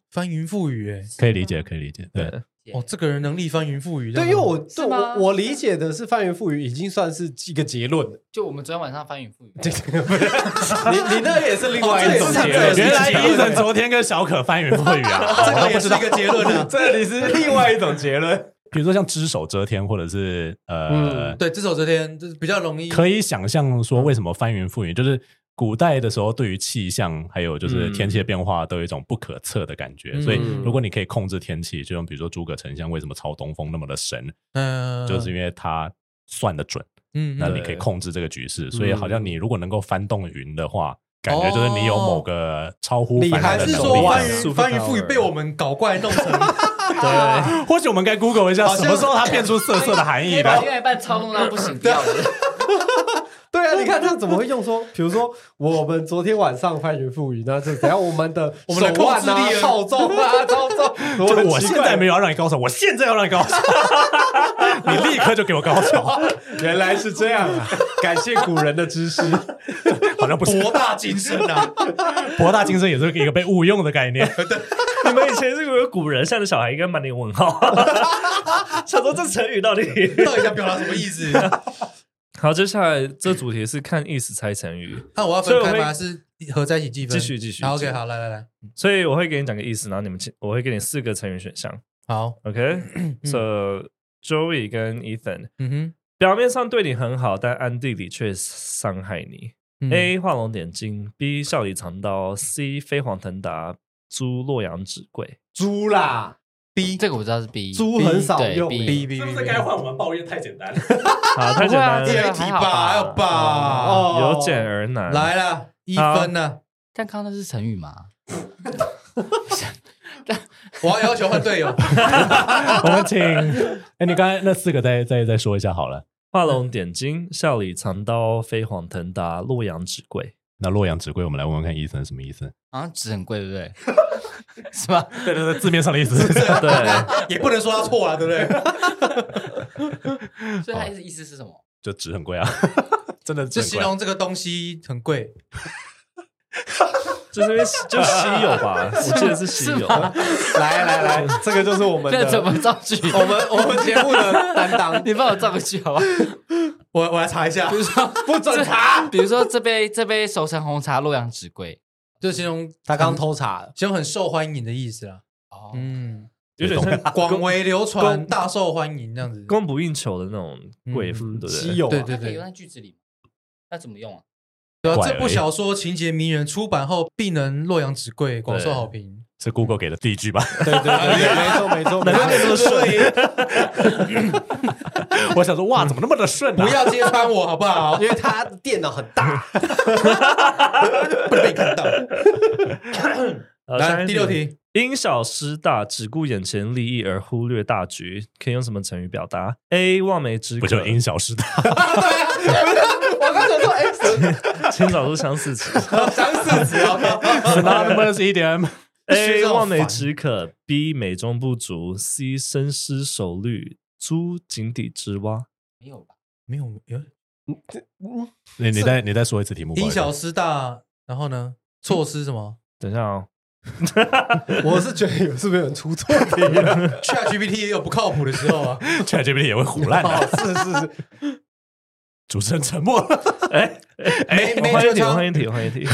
[SPEAKER 3] 翻云覆雨，哎，
[SPEAKER 4] 可以理解，可以理解。对，
[SPEAKER 2] 对，
[SPEAKER 3] 哦，这个人能力翻云覆雨，
[SPEAKER 5] 对，因为我
[SPEAKER 1] 是吗
[SPEAKER 5] 我我理解的是翻云覆雨已经算是一个结论了。
[SPEAKER 1] 就我们昨天晚上翻云覆雨，
[SPEAKER 5] 你你那也是另外一种
[SPEAKER 3] 哦
[SPEAKER 5] 结
[SPEAKER 3] 这也是这也
[SPEAKER 5] 论，啊
[SPEAKER 3] 是
[SPEAKER 4] 原来
[SPEAKER 5] 一
[SPEAKER 4] 伊森昨天跟小可翻云覆雨 啊，
[SPEAKER 3] 这个也是一个结论啊。
[SPEAKER 5] 这里是另外一种结论。
[SPEAKER 4] 比如说像只手遮天，或者是呃
[SPEAKER 5] 嗯，
[SPEAKER 3] 对，这首昨天就是比较容易，
[SPEAKER 4] 可以想象
[SPEAKER 3] 嗯
[SPEAKER 4] 说为什么翻云覆雨，就是古代的时候对于气象还有就是天气的变化都有一种不可测的感觉，
[SPEAKER 3] 嗯
[SPEAKER 4] 所以如果你可以控制天气，就像比如说诸葛丞相为什么曹东风那么的神，
[SPEAKER 3] 嗯，
[SPEAKER 4] 就是
[SPEAKER 3] 因
[SPEAKER 4] 因为他算的准，
[SPEAKER 3] 嗯，
[SPEAKER 4] 那
[SPEAKER 3] 嗯
[SPEAKER 4] 你可以控制这个局势。所以好像
[SPEAKER 5] 嗯
[SPEAKER 4] 你如果能够翻动云的话，感觉就是你有某个超乎
[SPEAKER 5] 厉
[SPEAKER 4] 凡
[SPEAKER 5] 害
[SPEAKER 3] 哦还
[SPEAKER 4] 人的
[SPEAKER 3] 是
[SPEAKER 4] 能
[SPEAKER 3] 说
[SPEAKER 4] 力啊。
[SPEAKER 3] 翻云
[SPEAKER 2] Superpower
[SPEAKER 3] 翻云覆雨被我们搞怪弄成
[SPEAKER 2] 对，
[SPEAKER 4] 或许我们该 Google 一下，
[SPEAKER 3] 好像哎
[SPEAKER 4] 什么时候它变出色色的含义
[SPEAKER 1] 把
[SPEAKER 4] 来
[SPEAKER 1] 另？外一半操弄到不行掉的，
[SPEAKER 5] 对啊，你看这样怎么会用说？比如说我们昨天晚上翻云覆雨，那就等下我们的
[SPEAKER 3] 我们的
[SPEAKER 5] 手腕
[SPEAKER 3] 控制
[SPEAKER 5] 啊
[SPEAKER 3] 力、啊
[SPEAKER 5] 套中啊、操纵，
[SPEAKER 4] 就
[SPEAKER 5] 很
[SPEAKER 4] 我
[SPEAKER 5] 奇
[SPEAKER 4] 现
[SPEAKER 5] 怪
[SPEAKER 4] 在没有要让你高潮，我现在要让你 高潮，你立刻就给我高潮，
[SPEAKER 5] 原来是这样 啊！感谢古人的知识，
[SPEAKER 4] 好像不是
[SPEAKER 3] 博大精深 啊！
[SPEAKER 4] 博大精深也是一个被误用的概念。
[SPEAKER 2] 你们以前这个古人，现在的小孩应该满脸问 号，想说这成语到底。
[SPEAKER 3] 到底想表达什么意思？
[SPEAKER 2] 好，接下来这主题是看意思猜成语，
[SPEAKER 3] 那我要
[SPEAKER 2] 所以
[SPEAKER 3] 分
[SPEAKER 2] 我
[SPEAKER 3] 开
[SPEAKER 2] 会
[SPEAKER 3] 吗？还是合在一起计分？
[SPEAKER 2] 继续继续
[SPEAKER 3] 好
[SPEAKER 2] 继
[SPEAKER 3] ，OK，
[SPEAKER 2] 续
[SPEAKER 3] 好，来来来，
[SPEAKER 2] 所以我会给你讲个意思，然后你们请我会给你四个成语选项。
[SPEAKER 3] 好，
[SPEAKER 2] OK，So、Joey 跟 Ethan
[SPEAKER 3] 嗯哼
[SPEAKER 2] 表面上对你很好，但暗地里却伤害你。
[SPEAKER 3] 嗯
[SPEAKER 2] A 画龙点睛，B 笑里藏刀，C 飞黄腾达，猪洛阳纸贵。
[SPEAKER 5] 猪啦，
[SPEAKER 3] ，B
[SPEAKER 1] 这个我知道是 B，
[SPEAKER 5] 猪很少
[SPEAKER 1] 对
[SPEAKER 5] 用
[SPEAKER 1] B
[SPEAKER 3] B B
[SPEAKER 4] 是不
[SPEAKER 3] B，
[SPEAKER 4] 是该换我们抱怨太简单？
[SPEAKER 2] 好，太
[SPEAKER 1] 不
[SPEAKER 2] 简
[SPEAKER 1] 会啊
[SPEAKER 2] 单
[SPEAKER 3] 这
[SPEAKER 1] 这
[SPEAKER 2] 了，
[SPEAKER 3] 一
[SPEAKER 1] 个
[SPEAKER 3] 题
[SPEAKER 1] 还好
[SPEAKER 3] 吧，
[SPEAKER 5] 哎
[SPEAKER 1] 吧
[SPEAKER 3] 还有吧，
[SPEAKER 5] 哦
[SPEAKER 2] 由简而难。
[SPEAKER 3] 来了，一
[SPEAKER 2] 好
[SPEAKER 3] 分呢，
[SPEAKER 1] 但刚刚那是成语吗？
[SPEAKER 3] 我要要求 换队友，
[SPEAKER 4] 我们请，哎，你刚才那四个再再再说一下好了。
[SPEAKER 2] 画龙点睛，笑里藏刀，飞黄腾达，洛阳纸贵。
[SPEAKER 4] 那洛阳纸贵，我们来问问看医生什么意思？
[SPEAKER 1] 好像纸很贵，对不对？是吧？
[SPEAKER 4] 对对对，字面上的 意思。
[SPEAKER 2] 对，
[SPEAKER 3] 也不能说他错了，啊对 不对？
[SPEAKER 1] 所以它意思意思是什 么？
[SPEAKER 4] 就纸很贵啊， 真的
[SPEAKER 3] 就
[SPEAKER 4] 纸很
[SPEAKER 3] 形
[SPEAKER 4] 贵。
[SPEAKER 3] 容这个东西很贵，
[SPEAKER 2] 就是因为就稀有吧， 我记得是稀有。
[SPEAKER 5] 来来来，这个就是我们
[SPEAKER 1] 那怎
[SPEAKER 5] 的
[SPEAKER 1] 么造句？
[SPEAKER 5] 我们我们节目的担 当，
[SPEAKER 1] 你帮我造个句好吧？
[SPEAKER 3] 我我来查一下
[SPEAKER 1] 比，如说
[SPEAKER 5] 不准查。
[SPEAKER 1] 比如说这杯这杯熟成红茶洛阳纸贵
[SPEAKER 3] 就形容
[SPEAKER 5] 他刚偷查了，
[SPEAKER 3] 形容很受欢迎的意思啦，
[SPEAKER 1] 哦，
[SPEAKER 3] 嗯，
[SPEAKER 2] 有点像
[SPEAKER 3] 广为流传，
[SPEAKER 2] 啊公
[SPEAKER 3] 大受欢迎这样子，
[SPEAKER 2] 供不应求的那种贵妇，
[SPEAKER 5] 嗯
[SPEAKER 2] 对不
[SPEAKER 5] 稀
[SPEAKER 2] 对？
[SPEAKER 5] 有啊，
[SPEAKER 3] 对
[SPEAKER 1] 它
[SPEAKER 3] 对
[SPEAKER 1] 可以用
[SPEAKER 2] 哎
[SPEAKER 1] 在。
[SPEAKER 3] 对
[SPEAKER 1] 句子里吗？那怎么用啊？
[SPEAKER 3] 对啊，
[SPEAKER 4] 怪而已
[SPEAKER 3] 这部小说情节迷人，出版后必能洛阳纸贵，广受好评。
[SPEAKER 4] 是 Google 给的第一句吧？
[SPEAKER 5] 对对对，没错没错，没
[SPEAKER 4] 难怪
[SPEAKER 5] 错
[SPEAKER 4] 这么顺。 我想说，哇，怎么那么的顺
[SPEAKER 3] 不
[SPEAKER 4] 啊？
[SPEAKER 3] 要揭穿我，好不好？
[SPEAKER 5] 因为他电脑很大，
[SPEAKER 3] 不能被看到。
[SPEAKER 2] 呃
[SPEAKER 3] 来第六，题，
[SPEAKER 2] 因小失大，只顾眼前利益而忽略大局，可以用什么成语表达？A. 望梅止
[SPEAKER 4] 不
[SPEAKER 2] 渴，
[SPEAKER 4] 就因小 失大？
[SPEAKER 5] 我刚想说，哎，
[SPEAKER 2] 请找出相似 词。
[SPEAKER 5] 相似词啊，
[SPEAKER 4] Synonymous idiom。
[SPEAKER 2] A. 望梅止渴，B. 美中不足，C. 深思熟虑，猪井底之蛙。
[SPEAKER 1] 没有吧？
[SPEAKER 3] 没有，有
[SPEAKER 4] 你你再你再说一次题目。
[SPEAKER 3] 因 小失大，然后呢？措施什么
[SPEAKER 2] 等一下哦，
[SPEAKER 5] 我是觉得有是不是有人出错题了？
[SPEAKER 3] ？ChatGPT 也有不靠谱的时候啊。
[SPEAKER 4] ChatGPT 也会胡乱
[SPEAKER 5] 哦
[SPEAKER 4] 的。，
[SPEAKER 5] 是是是，
[SPEAKER 4] 主持人沉默了。
[SPEAKER 2] 哎哎，
[SPEAKER 3] 没
[SPEAKER 2] 换一题，
[SPEAKER 3] 没
[SPEAKER 2] 换一题，换一题。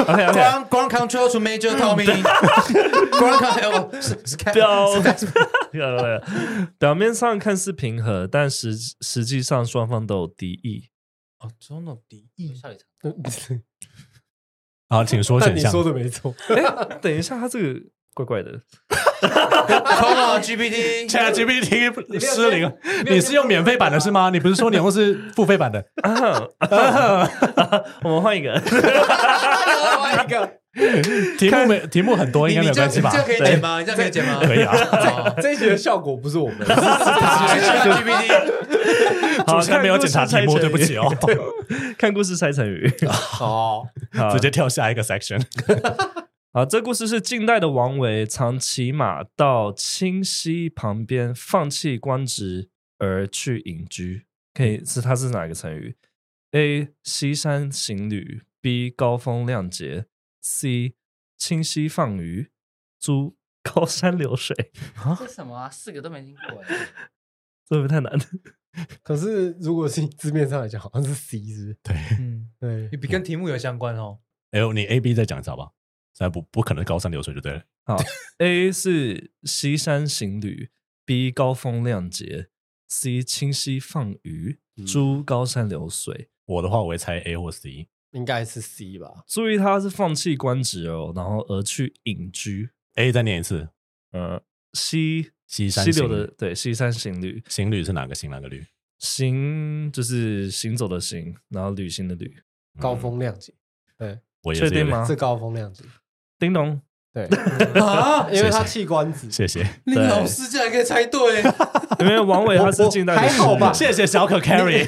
[SPEAKER 2] OK OK，
[SPEAKER 3] Ground ground control to Major Tommy。Ground control 是是看
[SPEAKER 2] 表表表面上看似平和，但实实际上双方都有敌意。
[SPEAKER 3] 哦，中的敌
[SPEAKER 1] 有
[SPEAKER 3] 意。
[SPEAKER 1] 效率长
[SPEAKER 4] 好，请说
[SPEAKER 5] 但
[SPEAKER 4] 选
[SPEAKER 5] 你
[SPEAKER 4] 项。
[SPEAKER 5] 说的没 错，
[SPEAKER 3] 哎
[SPEAKER 2] 等一下，他这个怪怪 的，
[SPEAKER 3] Come on GPT。
[SPEAKER 4] ChatGPT 失灵，你是用免费版的是吗？你不是说你用的是付费版的？
[SPEAKER 2] 啊我们换一个。
[SPEAKER 5] 换一个，
[SPEAKER 4] 题目没题目很多，应该没有关系吧
[SPEAKER 3] 你？这样可以剪吗？你这样可以剪吗？
[SPEAKER 4] 可以啊。
[SPEAKER 3] 哦。
[SPEAKER 5] 这一集的效果不是我们， 是
[SPEAKER 3] 是 ChatGPT。
[SPEAKER 2] 好
[SPEAKER 4] 主持人没有检查题目，对不起 哦。。
[SPEAKER 2] 看故事猜成语，
[SPEAKER 5] 好，
[SPEAKER 2] 好
[SPEAKER 4] 直接跳下一个 section。
[SPEAKER 2] 好，啊这故事是近代的王维常骑马到清溪旁边，放弃官职而去隐居。可以是它是哪个成语？A. 西山行旅，B. 高风亮节，C. 清溪放鱼，猪高山流水。
[SPEAKER 1] 这是什么啊？四个都没听过哎。
[SPEAKER 2] 这会不会太难？
[SPEAKER 5] 可是如果是字面上来讲，好像是 C 是不是？
[SPEAKER 3] 嗯，
[SPEAKER 5] 对，
[SPEAKER 3] 比跟题目有相关哦。
[SPEAKER 4] 哎呦，你 A B 再讲一次好不好？再不不可能高山流水就对了。
[SPEAKER 2] 好，A 是西山行旅，B 高风亮节，C 清溪放鱼，猪高山流水。
[SPEAKER 4] 我的话，我会猜 A 或 C。
[SPEAKER 5] 应该是 C 吧？
[SPEAKER 2] 注意他是放弃官职哦，然后而去隐居。
[SPEAKER 4] A 再念一次，
[SPEAKER 2] 呃，西
[SPEAKER 4] 西山
[SPEAKER 2] 溪流
[SPEAKER 4] 行
[SPEAKER 2] 的对西山行旅，
[SPEAKER 4] 行旅是哪个行哪个旅？
[SPEAKER 2] 行就是行走的行，然后旅行的旅。
[SPEAKER 5] 高风亮节，
[SPEAKER 4] 嗯我也
[SPEAKER 2] 确
[SPEAKER 4] 是有
[SPEAKER 2] 定
[SPEAKER 4] 点
[SPEAKER 2] 吗
[SPEAKER 5] 是高风亮节，
[SPEAKER 2] 叮咚，
[SPEAKER 5] 对，
[SPEAKER 3] 啊，
[SPEAKER 5] 因为他
[SPEAKER 4] 谢谢
[SPEAKER 5] 弃官子，
[SPEAKER 4] 谢谢，
[SPEAKER 3] 令
[SPEAKER 2] 对
[SPEAKER 3] 老师竟然可以猜对，
[SPEAKER 2] 因为王伟他是近代的
[SPEAKER 5] 还好吧
[SPEAKER 2] 诗人
[SPEAKER 4] 谢谢小可 carry。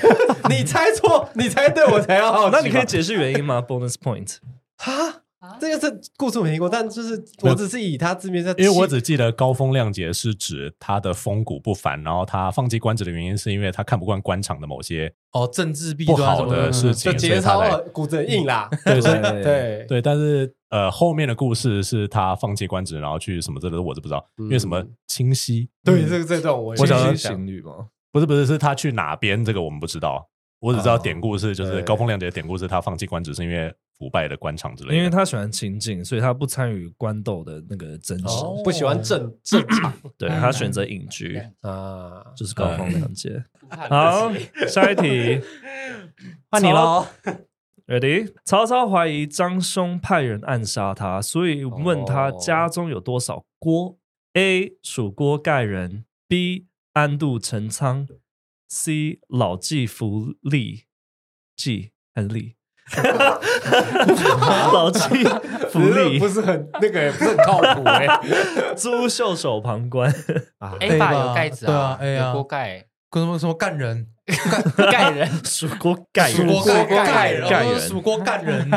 [SPEAKER 5] 你猜错，你猜对，我才要好奇吧。
[SPEAKER 2] 那你可以解释原因吗？Bonus point，
[SPEAKER 5] 哈，这个是故事我没听过，但就是我只是以他字面上，
[SPEAKER 4] 因为我只记得高风亮节是指他的风骨不凡，然后他放弃官职的原因是因为他看不惯官场的某些
[SPEAKER 3] 哦，政治弊
[SPEAKER 4] 不
[SPEAKER 3] 端什
[SPEAKER 4] 好
[SPEAKER 3] 么
[SPEAKER 4] 的事
[SPEAKER 5] 就，
[SPEAKER 4] 情所以
[SPEAKER 5] 节
[SPEAKER 4] 他
[SPEAKER 5] 操
[SPEAKER 4] 来
[SPEAKER 5] 了，骨子很硬啦。
[SPEAKER 4] 对所以
[SPEAKER 2] 对
[SPEAKER 5] 对
[SPEAKER 4] 对，但是呃后面的故事是他放弃官职，然后去什么这个我都不知道，因为什么清晰
[SPEAKER 5] 对，这个这段我也
[SPEAKER 4] 我想
[SPEAKER 2] 是
[SPEAKER 4] 要
[SPEAKER 2] 行旅吗？
[SPEAKER 4] 不是不是是他去哪边这个我们不知道，我只知道典故是就是
[SPEAKER 5] 对
[SPEAKER 4] 高风亮节的典故是他放弃官职是因为腐败的官场之类的，
[SPEAKER 2] 因为他喜欢清静，所以他不参与官斗的那个争执，
[SPEAKER 3] 哦
[SPEAKER 5] 不喜欢正正常
[SPEAKER 2] 对他选择隐居，
[SPEAKER 5] 啊。
[SPEAKER 2] 就是高风亮节。
[SPEAKER 1] 好
[SPEAKER 2] 好，下一题。
[SPEAKER 4] 换你喽。
[SPEAKER 2] Ready？曹操怀疑张兄派人暗杀他，所以问他
[SPEAKER 5] 哦
[SPEAKER 2] 家中有多少锅、a 蜀锅盖人；B. 安度陈仓；C. 老骥伏枥，季还是立？老骥伏
[SPEAKER 5] 不
[SPEAKER 2] 枥，
[SPEAKER 5] 是很那个，不是很靠谱哎、
[SPEAKER 2] 朱袖手旁观。
[SPEAKER 5] 啊
[SPEAKER 1] A 吧
[SPEAKER 3] 对吧
[SPEAKER 1] 有盖子
[SPEAKER 3] 对啊，A 啊
[SPEAKER 1] 有锅盖
[SPEAKER 3] 跟什么什么干人，
[SPEAKER 1] 盖 人
[SPEAKER 2] 蜀锅盖
[SPEAKER 3] 蜀
[SPEAKER 2] 人，
[SPEAKER 3] 锅
[SPEAKER 1] 盖
[SPEAKER 3] 盖
[SPEAKER 1] 人
[SPEAKER 2] 盖
[SPEAKER 3] 人，哦
[SPEAKER 2] 人
[SPEAKER 3] 蜀锅干人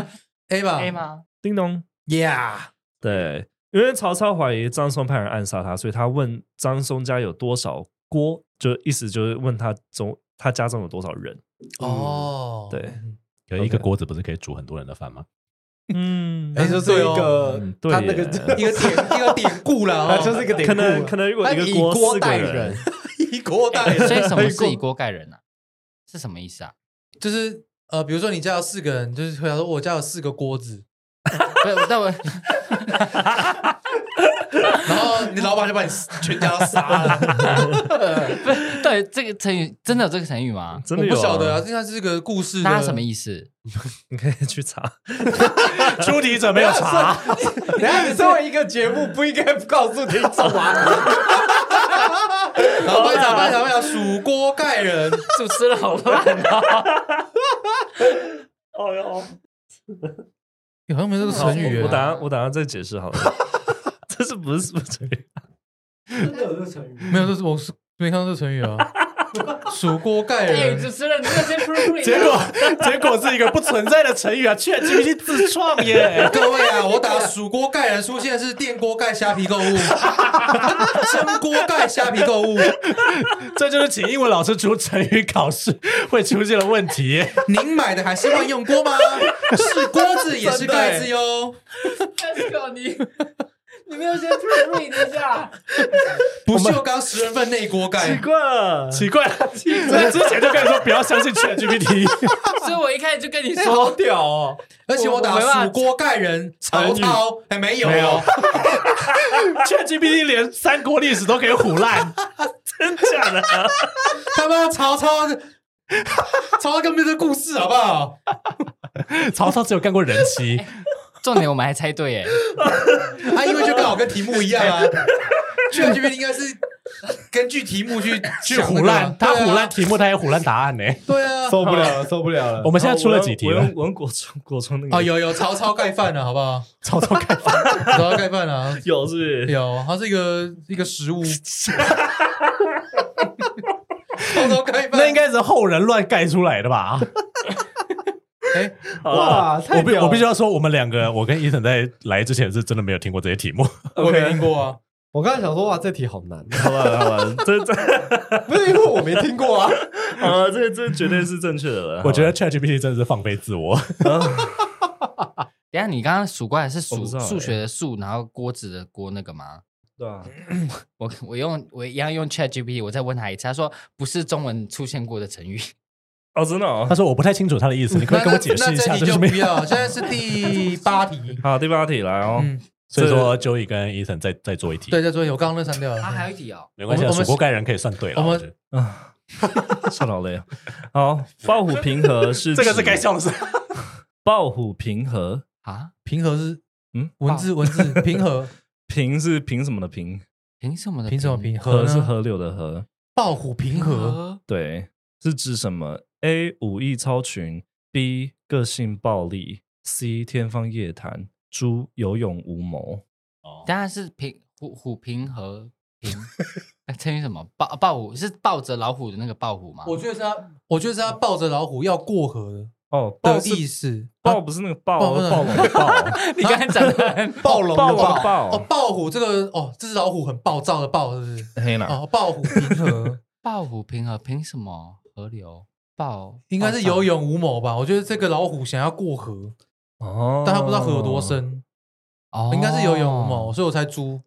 [SPEAKER 3] A 吧
[SPEAKER 1] A 吗？
[SPEAKER 2] 叮咚。
[SPEAKER 3] ？Yeah，
[SPEAKER 2] 对，因为曹操怀疑张松派人暗杀他，所以他问张松家有多少锅，就意思就是问他中他家中有多少人。
[SPEAKER 3] 哦，
[SPEAKER 2] 嗯对，
[SPEAKER 4] 可是一个锅子不是可以煮很多人的饭吗？
[SPEAKER 2] 嗯
[SPEAKER 5] 哎，就是一个、
[SPEAKER 3] 哦
[SPEAKER 2] 嗯对
[SPEAKER 5] 他那个
[SPEAKER 2] 耶
[SPEAKER 3] 一个典一个典故啦，
[SPEAKER 5] 啊
[SPEAKER 3] 哦
[SPEAKER 5] 就是一个典
[SPEAKER 2] 可
[SPEAKER 5] 故，
[SPEAKER 2] 能可能如果一
[SPEAKER 5] 但
[SPEAKER 2] 个
[SPEAKER 5] 以
[SPEAKER 2] 锅四个
[SPEAKER 5] 代
[SPEAKER 2] 人
[SPEAKER 5] 人，
[SPEAKER 3] 一锅 带
[SPEAKER 1] 所以什么是以
[SPEAKER 3] 一锅？
[SPEAKER 1] 锅盖人呢？啊是什么意思啊？
[SPEAKER 3] 就是呃，比如说你家有四个人，就是回答说哦我家有四个锅子，
[SPEAKER 1] 不是，但我
[SPEAKER 3] 然后你老板就把你全家都 杀了。
[SPEAKER 1] 对这个成语真的有这个成语吗？
[SPEAKER 2] 真
[SPEAKER 3] 我
[SPEAKER 2] 的有、
[SPEAKER 3] 不晓得啊，，应该是个故事的。
[SPEAKER 1] 那它什么意思？
[SPEAKER 2] 你可以去查。
[SPEAKER 4] 出题者没有查，
[SPEAKER 5] 等一下你身为一个节目，不应该告诉听众 啊。
[SPEAKER 3] 然后班长班长班长数锅盖人，
[SPEAKER 1] 主持人好 烂啊！
[SPEAKER 2] 哦哟，
[SPEAKER 3] 好像没这个成语
[SPEAKER 2] 我
[SPEAKER 3] 耶。
[SPEAKER 2] 等下我等下再解释好了。 这是不是 什么成语？
[SPEAKER 5] 真的有这个成语？
[SPEAKER 3] 没有，这是我是没看到这成语啊。 数锅盖
[SPEAKER 1] 哎，
[SPEAKER 3] 人，
[SPEAKER 1] 主持人，你这些 pre
[SPEAKER 4] 结果结果是一个不存在的成语啊，确实是自创耶。
[SPEAKER 3] 各位啊，我打数锅盖人出现是电锅盖虾皮购物， 蒸锅盖虾皮购物。
[SPEAKER 4] 这就是请英文老师出成语考试会出现的问题。
[SPEAKER 3] 您买的还是万用锅吗？是锅子也是盖子哟，
[SPEAKER 1] let's go 你， 你没有先 pre pre 一下，
[SPEAKER 3] 不锈钢十人份内锅盖
[SPEAKER 2] 奇。怪了，
[SPEAKER 4] 奇怪了，在之前就跟你说不要相信 ChatGPT，
[SPEAKER 1] 所以我一开始就跟 你
[SPEAKER 5] 好
[SPEAKER 1] 说，
[SPEAKER 5] 屌哦！
[SPEAKER 3] 而且我
[SPEAKER 1] 我
[SPEAKER 3] 打
[SPEAKER 1] 没办法
[SPEAKER 3] 蜀锅盖人曹操，哎，没有，
[SPEAKER 4] 没有 ChatGPT 连三国历史都可以唬烂。
[SPEAKER 2] 真假的、啊？
[SPEAKER 3] 他妈曹操， 曹操根本没这故事，好不好？
[SPEAKER 4] 曹操只有干过人妻，
[SPEAKER 1] 重点我们还猜对耶，
[SPEAKER 3] 啊，因为就刚好跟题目一样 啊，去 G P 应该是根据题目 去
[SPEAKER 4] 去
[SPEAKER 3] 想那
[SPEAKER 4] 唬
[SPEAKER 3] 个
[SPEAKER 4] 烂，他
[SPEAKER 3] 对啊
[SPEAKER 4] 唬烂题目，他也唬烂答案呢。
[SPEAKER 3] 对 啊，
[SPEAKER 5] 受不了了，受不了了
[SPEAKER 4] 嗯我！们现在出了几题
[SPEAKER 2] 哦我
[SPEAKER 4] 了哦
[SPEAKER 2] 用？我用国中国中那个
[SPEAKER 3] 啊，有有曹操盖饭了，好不好？
[SPEAKER 4] 曹操干嘛？
[SPEAKER 3] 曹操盖饭啊，
[SPEAKER 2] 有是不是？
[SPEAKER 3] 有，它是一个一个食 物。曹操盖饭，
[SPEAKER 4] 那应该是后人乱盖出来的 吧？
[SPEAKER 3] 哎，
[SPEAKER 2] 好啦
[SPEAKER 5] 哇，
[SPEAKER 4] 我
[SPEAKER 5] 太
[SPEAKER 4] 必
[SPEAKER 5] 屌了！
[SPEAKER 4] 我必须要说，我们两个，我跟伊森在来之前是真的没有听过这些题目。
[SPEAKER 3] 我没听过啊。
[SPEAKER 5] 我刚才想说，哇，这题好难，
[SPEAKER 2] 好吧，好吧， 这这
[SPEAKER 5] 不是因为我没听过 啊。
[SPEAKER 2] 啊，这这绝对是正确的了。
[SPEAKER 4] 我觉得 ChatGPT 真的是放飞自 我。
[SPEAKER 1] 等一下你刚刚数过来是
[SPEAKER 2] 我
[SPEAKER 1] 数
[SPEAKER 2] 不知道耶
[SPEAKER 1] 数学的数，然后锅子的锅那个吗？
[SPEAKER 2] 对啊，
[SPEAKER 1] 我我用我一样用 Chat GPT，我再问他一次，他说不是中文出现过的成语，
[SPEAKER 2] 哦，真的哦
[SPEAKER 4] 他。说我不太清楚他的意思，你可
[SPEAKER 3] 那
[SPEAKER 4] 以跟我解释一
[SPEAKER 3] 那
[SPEAKER 4] 下
[SPEAKER 3] 那这题
[SPEAKER 4] 这是什
[SPEAKER 3] 就
[SPEAKER 4] 么意
[SPEAKER 3] 不
[SPEAKER 4] 思？
[SPEAKER 3] 要，现在是第 八题。
[SPEAKER 2] 好，第八题来哦。
[SPEAKER 3] 嗯，
[SPEAKER 4] 所以说 Joey 跟 Ethan 再再做一题，
[SPEAKER 3] 对，再做一题，我刚刚那删掉
[SPEAKER 1] 啊，还
[SPEAKER 3] 了。
[SPEAKER 1] 有一题哦，
[SPEAKER 4] 没关系啊，
[SPEAKER 3] 我们
[SPEAKER 4] 蜀锅盖人可以算对了。
[SPEAKER 3] 我们
[SPEAKER 4] 我觉得
[SPEAKER 2] 啊，算好累啊。好，抱虎平和是
[SPEAKER 4] 这个是
[SPEAKER 2] 指
[SPEAKER 4] 该笑的是，
[SPEAKER 2] 抱虎平和，
[SPEAKER 1] 啊，
[SPEAKER 3] 平和是
[SPEAKER 2] 嗯，
[SPEAKER 3] 文字文字平和
[SPEAKER 2] 平是凭什么的平？
[SPEAKER 1] 凭什么的？
[SPEAKER 3] 凭什么平
[SPEAKER 2] 河
[SPEAKER 3] 和
[SPEAKER 2] 是
[SPEAKER 3] 呢？
[SPEAKER 2] 河流的河，
[SPEAKER 3] 抱虎平和，
[SPEAKER 1] 和？
[SPEAKER 2] 对，是指什么？A 武艺超群，B 个性暴力，C 天方夜谭，猪有勇无谋。
[SPEAKER 4] 哦
[SPEAKER 1] 当然是平虎虎平和平。 哎，成语什么？抱抱虎是抱着老虎的那个抱虎吗？
[SPEAKER 3] 我觉得是他，我觉得是他抱着老虎要过河
[SPEAKER 2] 哦，
[SPEAKER 3] 的
[SPEAKER 2] 豹
[SPEAKER 3] 的
[SPEAKER 2] 是
[SPEAKER 3] 意思，
[SPEAKER 2] 豹不是那个豹，
[SPEAKER 3] 豹不是
[SPEAKER 2] 是暴龙的 豹。
[SPEAKER 1] 你刚才讲的很
[SPEAKER 3] 暴龙
[SPEAKER 2] 暴
[SPEAKER 3] 的
[SPEAKER 2] 龙的
[SPEAKER 3] 暴
[SPEAKER 2] 暴
[SPEAKER 3] 哦，暴虎这个哦，这只老虎很暴躁的暴，是不是？
[SPEAKER 2] 黑啦，
[SPEAKER 3] 哦，暴虎平和
[SPEAKER 1] 抱虎平和，凭什么河流抱？
[SPEAKER 3] 应该是有勇无谋吧？我觉得这个老虎想要过河，
[SPEAKER 2] 哦，
[SPEAKER 3] 但他不知道河有多。深，
[SPEAKER 1] 哦，
[SPEAKER 3] 应该是有勇无谋，。所以我才猪。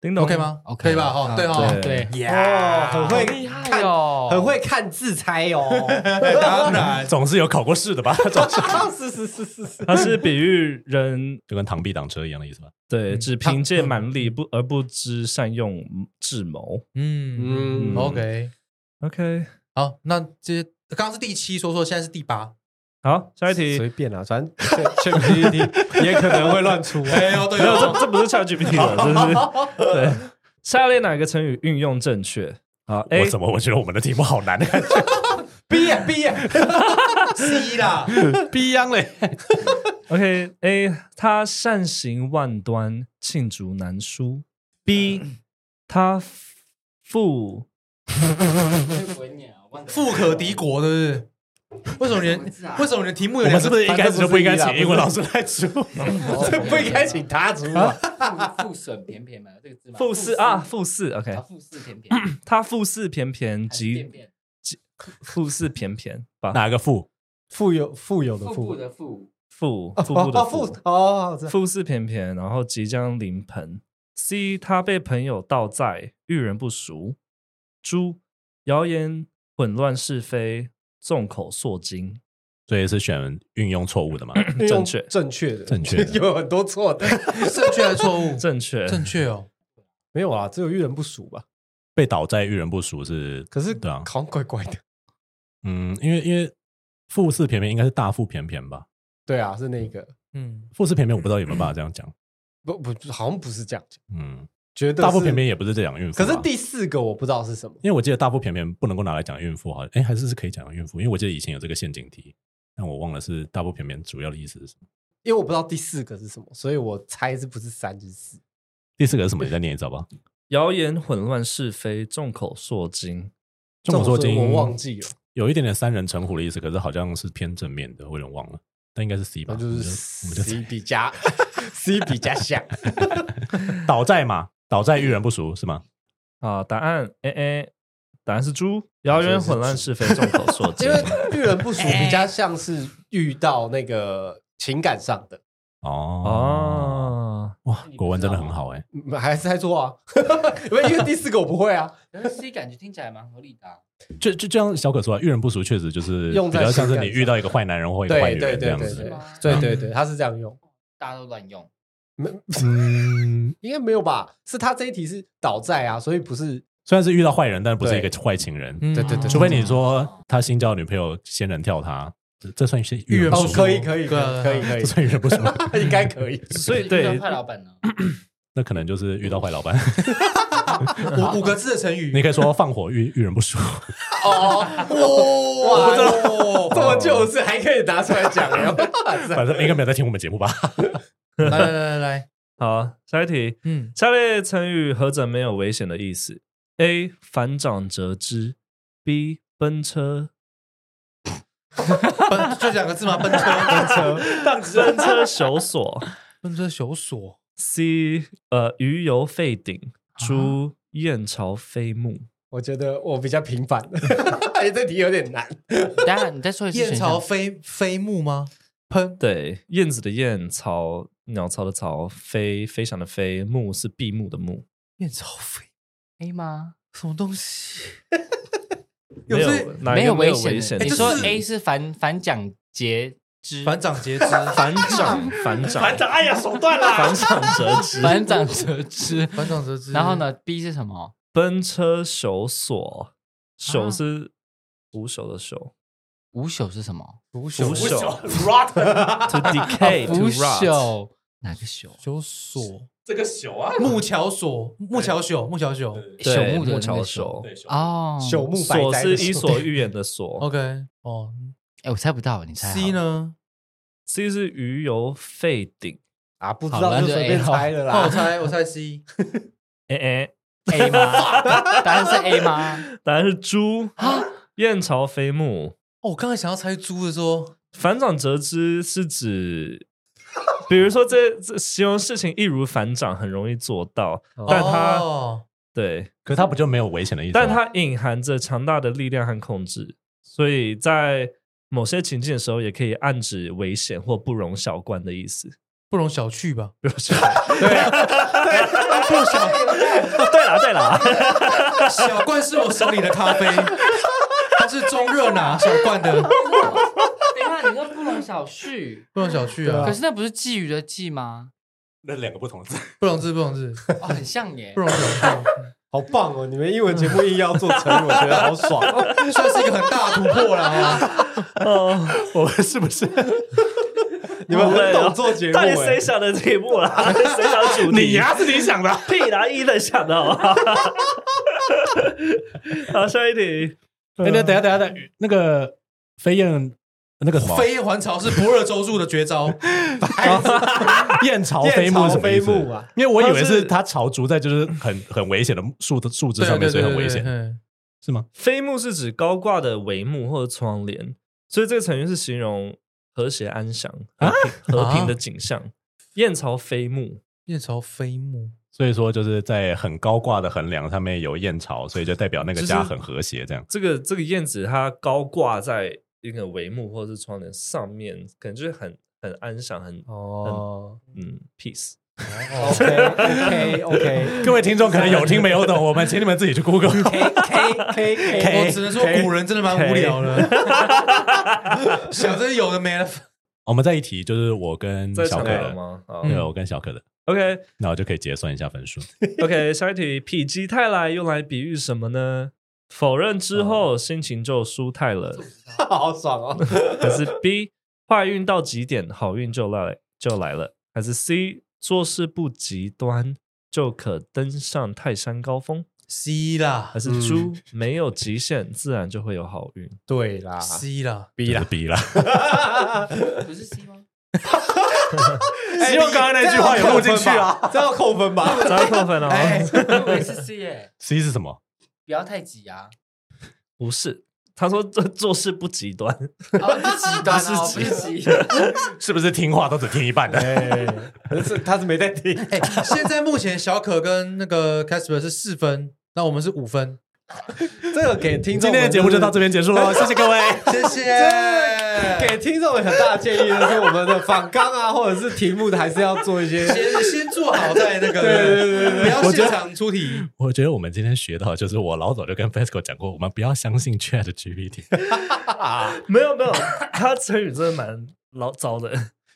[SPEAKER 2] 叮咚
[SPEAKER 3] OK？吗
[SPEAKER 1] OK
[SPEAKER 3] 可以吧？哦，
[SPEAKER 1] 嗯
[SPEAKER 3] 对哦，
[SPEAKER 2] 对
[SPEAKER 5] 呀，很会
[SPEAKER 1] 厉害
[SPEAKER 5] 看
[SPEAKER 1] 哦，
[SPEAKER 5] 很会看字猜哦。
[SPEAKER 3] 当然，
[SPEAKER 4] 总是有考过试的吧？总 是
[SPEAKER 5] 是是是是是，
[SPEAKER 2] 它是比喻人
[SPEAKER 4] 就跟螳臂挡车一样的意思吧？
[SPEAKER 3] 嗯
[SPEAKER 2] 对，只凭借蛮力不而不知善用智谋。
[SPEAKER 3] 嗯
[SPEAKER 5] 嗯
[SPEAKER 3] 嗯，OK，
[SPEAKER 2] OK，
[SPEAKER 3] 好，那这些刚刚是第七，说说现在是第八。
[SPEAKER 2] 好，下一
[SPEAKER 5] 随
[SPEAKER 2] 题。
[SPEAKER 5] 便啦，反正全 GPT 也可能会乱出。
[SPEAKER 3] 哎 呦，对
[SPEAKER 2] 没有，
[SPEAKER 3] 哦，
[SPEAKER 2] 这这不是 ChatGPT 了，这 是对。下列哪个成语运用正确？好，A
[SPEAKER 4] 我怎么我觉得我们的题目好难的感觉？
[SPEAKER 5] B 呀 B 呀
[SPEAKER 3] C 啦，
[SPEAKER 5] B 样嘞，
[SPEAKER 2] OK A 他善行万端，罄竹难书。B 他富
[SPEAKER 3] 富可敌国，对不对？为什么连
[SPEAKER 1] 字啊
[SPEAKER 3] 为什么连题目有
[SPEAKER 4] 我
[SPEAKER 3] 两个
[SPEAKER 4] 们是不是一开始就不应该
[SPEAKER 5] 反正不
[SPEAKER 4] 请
[SPEAKER 5] 是
[SPEAKER 4] 英文老师来出？
[SPEAKER 5] 这不应该请他出啊！
[SPEAKER 1] 富富损偏偏嘛，这个字吗？
[SPEAKER 2] 富士啊，富士 OK，
[SPEAKER 1] 啊，富士偏偏，
[SPEAKER 2] 他富士翩翩
[SPEAKER 1] 还是便
[SPEAKER 2] 及
[SPEAKER 1] 便
[SPEAKER 2] 富士翩翩吧，
[SPEAKER 4] 哪个富？
[SPEAKER 5] 富有富有的
[SPEAKER 1] 腹部
[SPEAKER 5] 富，
[SPEAKER 1] 的富，
[SPEAKER 2] 富 富部的
[SPEAKER 5] 哦
[SPEAKER 2] 富
[SPEAKER 5] 富，哦，好这
[SPEAKER 2] 富士翩翩，然后即将临盆。C 他被朋友倒债，遇人不淑。猪谣言混乱是非，众口铄金。
[SPEAKER 4] 所以是选运用错误的嘛？
[SPEAKER 5] 运用
[SPEAKER 2] 正确
[SPEAKER 5] 正确的
[SPEAKER 4] 正确的
[SPEAKER 5] 有很多错的，
[SPEAKER 3] 正确还是错误？
[SPEAKER 2] 正确，
[SPEAKER 3] 正确哦，
[SPEAKER 5] 没有啊，只有遇人不淑吧？
[SPEAKER 4] 被倒债遇人不淑是，
[SPEAKER 5] 可是
[SPEAKER 4] 对啊，
[SPEAKER 5] 好像怪怪的。
[SPEAKER 4] 嗯，因为因为富士偏偏应该是大富偏偏吧？
[SPEAKER 5] 对啊，是那个
[SPEAKER 3] 嗯，
[SPEAKER 4] 富士偏偏我不知道有没有办法这样讲，
[SPEAKER 5] 不不，好像不是这样讲，
[SPEAKER 4] 嗯，
[SPEAKER 5] 觉得
[SPEAKER 4] 大富偏
[SPEAKER 5] 是
[SPEAKER 4] 偏也不是这样孕妇啊。
[SPEAKER 5] 可是第四个我不知道是什么，
[SPEAKER 4] 因为我记得大腹便便不能够拿来讲孕妇，好像哎还是是可以讲孕妇，因为我记得以前有这个陷阱题，但我忘了是大腹便便主要的意思是什么。
[SPEAKER 5] 因为我不知道第四个是什么，所以我猜是不是三就是四。
[SPEAKER 4] 第四个是什么？你再念一次好不好？
[SPEAKER 2] 谣言混乱是非，众口铄金。
[SPEAKER 4] 众口铄金，
[SPEAKER 5] 我忘记了，
[SPEAKER 4] 有一点点三人成虎的意思，可是好像是偏正面的，我有点忘了，但应该是 C 吧？
[SPEAKER 5] 那就是
[SPEAKER 4] 我们就我们
[SPEAKER 5] C 比加 C 比加 下，
[SPEAKER 4] 就倒债嘛，倒债遇人不淑是吗？
[SPEAKER 2] 啊，答案 A A，答案是猪。谣言混乱是非，众口铄金
[SPEAKER 5] 因。为遇人不淑比较像是遇到那个情感上的，
[SPEAKER 4] 哦
[SPEAKER 2] 哦，
[SPEAKER 4] 哇，国文真的很好哎、
[SPEAKER 5] 嗯还是猜错啊？ 因为因为第四个我不会啊，
[SPEAKER 1] 可是 C 感觉听起来蛮合理的啊。
[SPEAKER 4] 欸就就就像小可说啊，遇人不淑确实就是
[SPEAKER 5] 用
[SPEAKER 4] 比
[SPEAKER 5] 在
[SPEAKER 4] 较像是
[SPEAKER 5] 情
[SPEAKER 4] 你
[SPEAKER 5] 感
[SPEAKER 4] 遇到一个坏男人或一个
[SPEAKER 5] 对
[SPEAKER 4] 坏女
[SPEAKER 5] 对
[SPEAKER 4] 人这
[SPEAKER 5] 对
[SPEAKER 4] 样
[SPEAKER 5] 对
[SPEAKER 4] 子
[SPEAKER 1] 是
[SPEAKER 5] 对
[SPEAKER 1] 吗
[SPEAKER 5] 对对对，他是这样用，
[SPEAKER 1] 大家都乱用，
[SPEAKER 5] 没
[SPEAKER 4] 嗯，
[SPEAKER 5] 应该没有吧？是他这一题是倒债啊，所以不是
[SPEAKER 4] 虽然是遇到坏人，但不是一
[SPEAKER 5] 对
[SPEAKER 4] 个坏情人。
[SPEAKER 3] 嗯
[SPEAKER 5] 对对对
[SPEAKER 4] 除非你说他新交女朋友仙人跳他，这这算是
[SPEAKER 3] 遇人不
[SPEAKER 5] 哦，
[SPEAKER 3] 淑
[SPEAKER 5] 可以可以可以可以可
[SPEAKER 4] 这算遇人不淑，
[SPEAKER 5] 以，应该可以。
[SPEAKER 2] 所以
[SPEAKER 1] 遇
[SPEAKER 2] 对
[SPEAKER 1] 到坏老 板呢？
[SPEAKER 4] 那可能就是遇到坏老板。
[SPEAKER 3] 五五个字的成语，
[SPEAKER 4] 你可以说放火遇遇人不淑，
[SPEAKER 5] 哦，
[SPEAKER 3] 哇，
[SPEAKER 5] 这么旧是还可以拿出来 讲哟。
[SPEAKER 4] 反正应该没有在听我们节目吧？
[SPEAKER 3] 来来来来来，
[SPEAKER 2] 好，下一题。
[SPEAKER 3] 嗯，
[SPEAKER 2] 下列成语何者没有危险的意思？A. 反掌折枝，B. 奔 车，
[SPEAKER 3] 奔就两个字嘛，奔车奔车
[SPEAKER 2] 奔车朽索。
[SPEAKER 3] 奔车朽索，
[SPEAKER 2] C. 呃，鱼游沸鼎，猪燕巢飞木。
[SPEAKER 5] 我觉得我比较平凡， 哎，这题有点难。
[SPEAKER 1] 当然，你再说一次
[SPEAKER 3] 燕
[SPEAKER 1] 选
[SPEAKER 3] 巢
[SPEAKER 1] 项。
[SPEAKER 3] 飞飞木吗？喷
[SPEAKER 2] 对，燕子的燕，巢鸟巢的巢，飞飞翔的飞，木是闭目的木。
[SPEAKER 3] 燕巢飞
[SPEAKER 1] A 吗？
[SPEAKER 3] 什么东西？有
[SPEAKER 2] 没有
[SPEAKER 3] 这
[SPEAKER 2] 哪一个
[SPEAKER 1] 没
[SPEAKER 2] 没
[SPEAKER 1] 有危
[SPEAKER 2] 有危
[SPEAKER 1] 险
[SPEAKER 2] 险
[SPEAKER 1] 的。
[SPEAKER 2] 的
[SPEAKER 1] 你
[SPEAKER 2] 意思？
[SPEAKER 1] 说
[SPEAKER 3] 哎这是
[SPEAKER 1] A 是反反蒋截肢，
[SPEAKER 3] 反掌截肢，
[SPEAKER 2] 反掌，反掌， 反掌，
[SPEAKER 4] 哎呀，手段啦！
[SPEAKER 2] 反掌折枝，
[SPEAKER 1] 反掌折枝。
[SPEAKER 3] 反掌折枝。
[SPEAKER 1] 然后？呢？B 是什么？
[SPEAKER 2] 奔车朽索，
[SPEAKER 1] 啊
[SPEAKER 2] 朽是腐朽的朽
[SPEAKER 1] 腐朽是什么？
[SPEAKER 2] 腐
[SPEAKER 3] 腐朽
[SPEAKER 2] 朽
[SPEAKER 4] ，rot，
[SPEAKER 1] 啊
[SPEAKER 2] ，to decay
[SPEAKER 1] 腐
[SPEAKER 2] to rot，
[SPEAKER 1] 朽哪个朽？
[SPEAKER 3] 朽索、
[SPEAKER 4] 这个朽啊，
[SPEAKER 3] 木桥索、木桥朽、木桥朽。
[SPEAKER 1] 朽木
[SPEAKER 6] 木
[SPEAKER 1] 的那个
[SPEAKER 6] 桥
[SPEAKER 1] 朽
[SPEAKER 6] 手，
[SPEAKER 4] 对朽
[SPEAKER 1] 哦。
[SPEAKER 5] 朽木百
[SPEAKER 2] 所
[SPEAKER 5] 哉的
[SPEAKER 2] 是伊
[SPEAKER 5] 朽
[SPEAKER 2] 索寓言的所
[SPEAKER 3] OK，哦
[SPEAKER 1] 哎，我猜不到，你猜好了
[SPEAKER 3] ，C？呢？
[SPEAKER 2] ，C 是鱼游沸鼎。
[SPEAKER 5] 啊，不知
[SPEAKER 1] 好
[SPEAKER 5] 道
[SPEAKER 1] 那
[SPEAKER 5] 就哦
[SPEAKER 1] 就
[SPEAKER 5] 随便
[SPEAKER 1] A 咯
[SPEAKER 5] 猜了
[SPEAKER 3] 哦那我
[SPEAKER 5] 啦。
[SPEAKER 3] 猜，我猜 C。
[SPEAKER 2] 哎哎，
[SPEAKER 1] A 吗？答案是 A 吗？
[SPEAKER 2] 答案是猪啊，燕巢飞木。
[SPEAKER 3] 哦，我刚才想要猜猪的时候，
[SPEAKER 2] 反掌折枝是指，比如说这 这形容事情易如反掌，很容易做到，但它、
[SPEAKER 3] 哦
[SPEAKER 2] 对，
[SPEAKER 4] 可是它不就没有危险的意思吗？
[SPEAKER 2] 但它隐含着强大的力量和控制，所以在某些情境的时候，也可以暗指危险或不容小观的意思。
[SPEAKER 3] 不容小觑吧？
[SPEAKER 2] 比如说， 对啦对啦，
[SPEAKER 3] 小罐是我手里的咖 啡，它是中热拿小罐的，
[SPEAKER 1] 等一下，啊你说不容小觑，
[SPEAKER 3] 不容小觑 啊
[SPEAKER 1] 可。是那不是寄语的寄吗？
[SPEAKER 4] 那两个不同字，
[SPEAKER 3] 不容置，不容置，
[SPEAKER 1] 哦，很像耶
[SPEAKER 3] 不。容小觑，
[SPEAKER 5] 好棒哦！你们英文节目硬要做成语，我觉得好 爽哦。
[SPEAKER 3] 算是一个很大的突破了啊！
[SPEAKER 2] 哦，
[SPEAKER 4] 我们是不是？
[SPEAKER 5] 你们很懂做节目
[SPEAKER 2] 到
[SPEAKER 5] 哎、
[SPEAKER 2] 底谁想的题目啦？谁想的主题？
[SPEAKER 4] 你呀，是你想的啊。
[SPEAKER 2] 屁啦，一人想的 好不好？好，下一题。
[SPEAKER 6] 哎，那等一下等一下等一下，那个飞燕那个什么
[SPEAKER 4] 啊
[SPEAKER 3] 飞还朝是不二周助的绝招，
[SPEAKER 4] 啊
[SPEAKER 6] 燕巢
[SPEAKER 5] 燕
[SPEAKER 6] 飞木
[SPEAKER 5] 巢
[SPEAKER 6] 是什么
[SPEAKER 5] 飞
[SPEAKER 6] 意思？
[SPEAKER 5] 木啊，
[SPEAKER 6] 因为我
[SPEAKER 4] 我
[SPEAKER 6] 以
[SPEAKER 4] 以
[SPEAKER 6] 为
[SPEAKER 4] 为
[SPEAKER 6] 是
[SPEAKER 4] 是
[SPEAKER 6] 它
[SPEAKER 4] 它朝竹在就是很很危险的树的树枝
[SPEAKER 3] 对
[SPEAKER 4] 上面，
[SPEAKER 3] 对
[SPEAKER 4] 所以
[SPEAKER 3] 对
[SPEAKER 4] 很危
[SPEAKER 3] 对
[SPEAKER 4] 险，
[SPEAKER 3] 对，
[SPEAKER 4] 是吗？
[SPEAKER 2] 飞幕是指高挂的帷幕或者窗帘，所以这个成语是形容和谐安详、和平、和平的景象。燕巢飞幕，
[SPEAKER 3] 燕巢飞木，
[SPEAKER 4] 所以说就是在很高挂的横梁上面有燕巢，所以就代表那个家很和谐这样。
[SPEAKER 2] 这个这个燕子它高挂在一个帷幕或者是窗帘上面，可能就是很很安详、很
[SPEAKER 5] 哦
[SPEAKER 2] 嗯 peace。
[SPEAKER 5] ，OK OK OK
[SPEAKER 6] 各位听众可能有听没有懂，我们请你们自己去 Google。
[SPEAKER 5] K K K，
[SPEAKER 3] 我只能说古人真的蛮无聊的，想着有的 没了，
[SPEAKER 4] 我们再一提，就是我跟
[SPEAKER 2] 在
[SPEAKER 4] 小
[SPEAKER 2] 场
[SPEAKER 4] 可
[SPEAKER 2] 有
[SPEAKER 4] 的，嗯
[SPEAKER 2] 吗？好
[SPEAKER 6] 嗯
[SPEAKER 4] 对，我跟小可的，
[SPEAKER 2] OK
[SPEAKER 4] 那我就可以结算一下分 数。
[SPEAKER 2] OK，下一题，否极泰来用来比喻什么呢？否认之
[SPEAKER 4] 哦
[SPEAKER 2] 后，心情就舒泰了。
[SPEAKER 5] 好爽哦！
[SPEAKER 2] 还是 B 坏运到极点，好运就来就来了，还是 C 做事不极端就可登上泰山高峰，
[SPEAKER 3] C 啦
[SPEAKER 2] 还
[SPEAKER 4] 嗯
[SPEAKER 2] 是猪、没有极限自然就会有好运？
[SPEAKER 5] 对啦
[SPEAKER 3] ，C 啦，
[SPEAKER 4] B 啦 B 啦，
[SPEAKER 1] 不是 C 吗？
[SPEAKER 5] 希望刚刚那句话有录进去啊，这要扣分吧？
[SPEAKER 2] 咱扣分了、
[SPEAKER 3] 哎
[SPEAKER 2] 哦，，
[SPEAKER 1] 我以为是 C 耶，
[SPEAKER 4] C 是什么？
[SPEAKER 1] 不要太急啊！
[SPEAKER 2] 不是。他说：“这做事不极端，
[SPEAKER 1] 哦，是极端哦，不是极 端。
[SPEAKER 4] 是不是听话都只听一半的？
[SPEAKER 5] 哎， 可是他是没在听，
[SPEAKER 3] 哎，现在目前小可跟那个 Casper 是四分，那我们是五分，
[SPEAKER 5] 这个给听众
[SPEAKER 6] 今天的节目就到这边结束 了，谢谢各位。
[SPEAKER 3] 谢谢。
[SPEAKER 5] 给听众们很大的建议，就是我们的访纲啊，或者是题目，还是要做一些。
[SPEAKER 3] 先先做好再 那个，对对对对，不要现场出题。
[SPEAKER 4] 我觉得我们今天学到，就是我老早就跟 FESCO 讲过，我们不要相信 Chat GPT。
[SPEAKER 2] 没有没有，他成语真的蛮老糟的。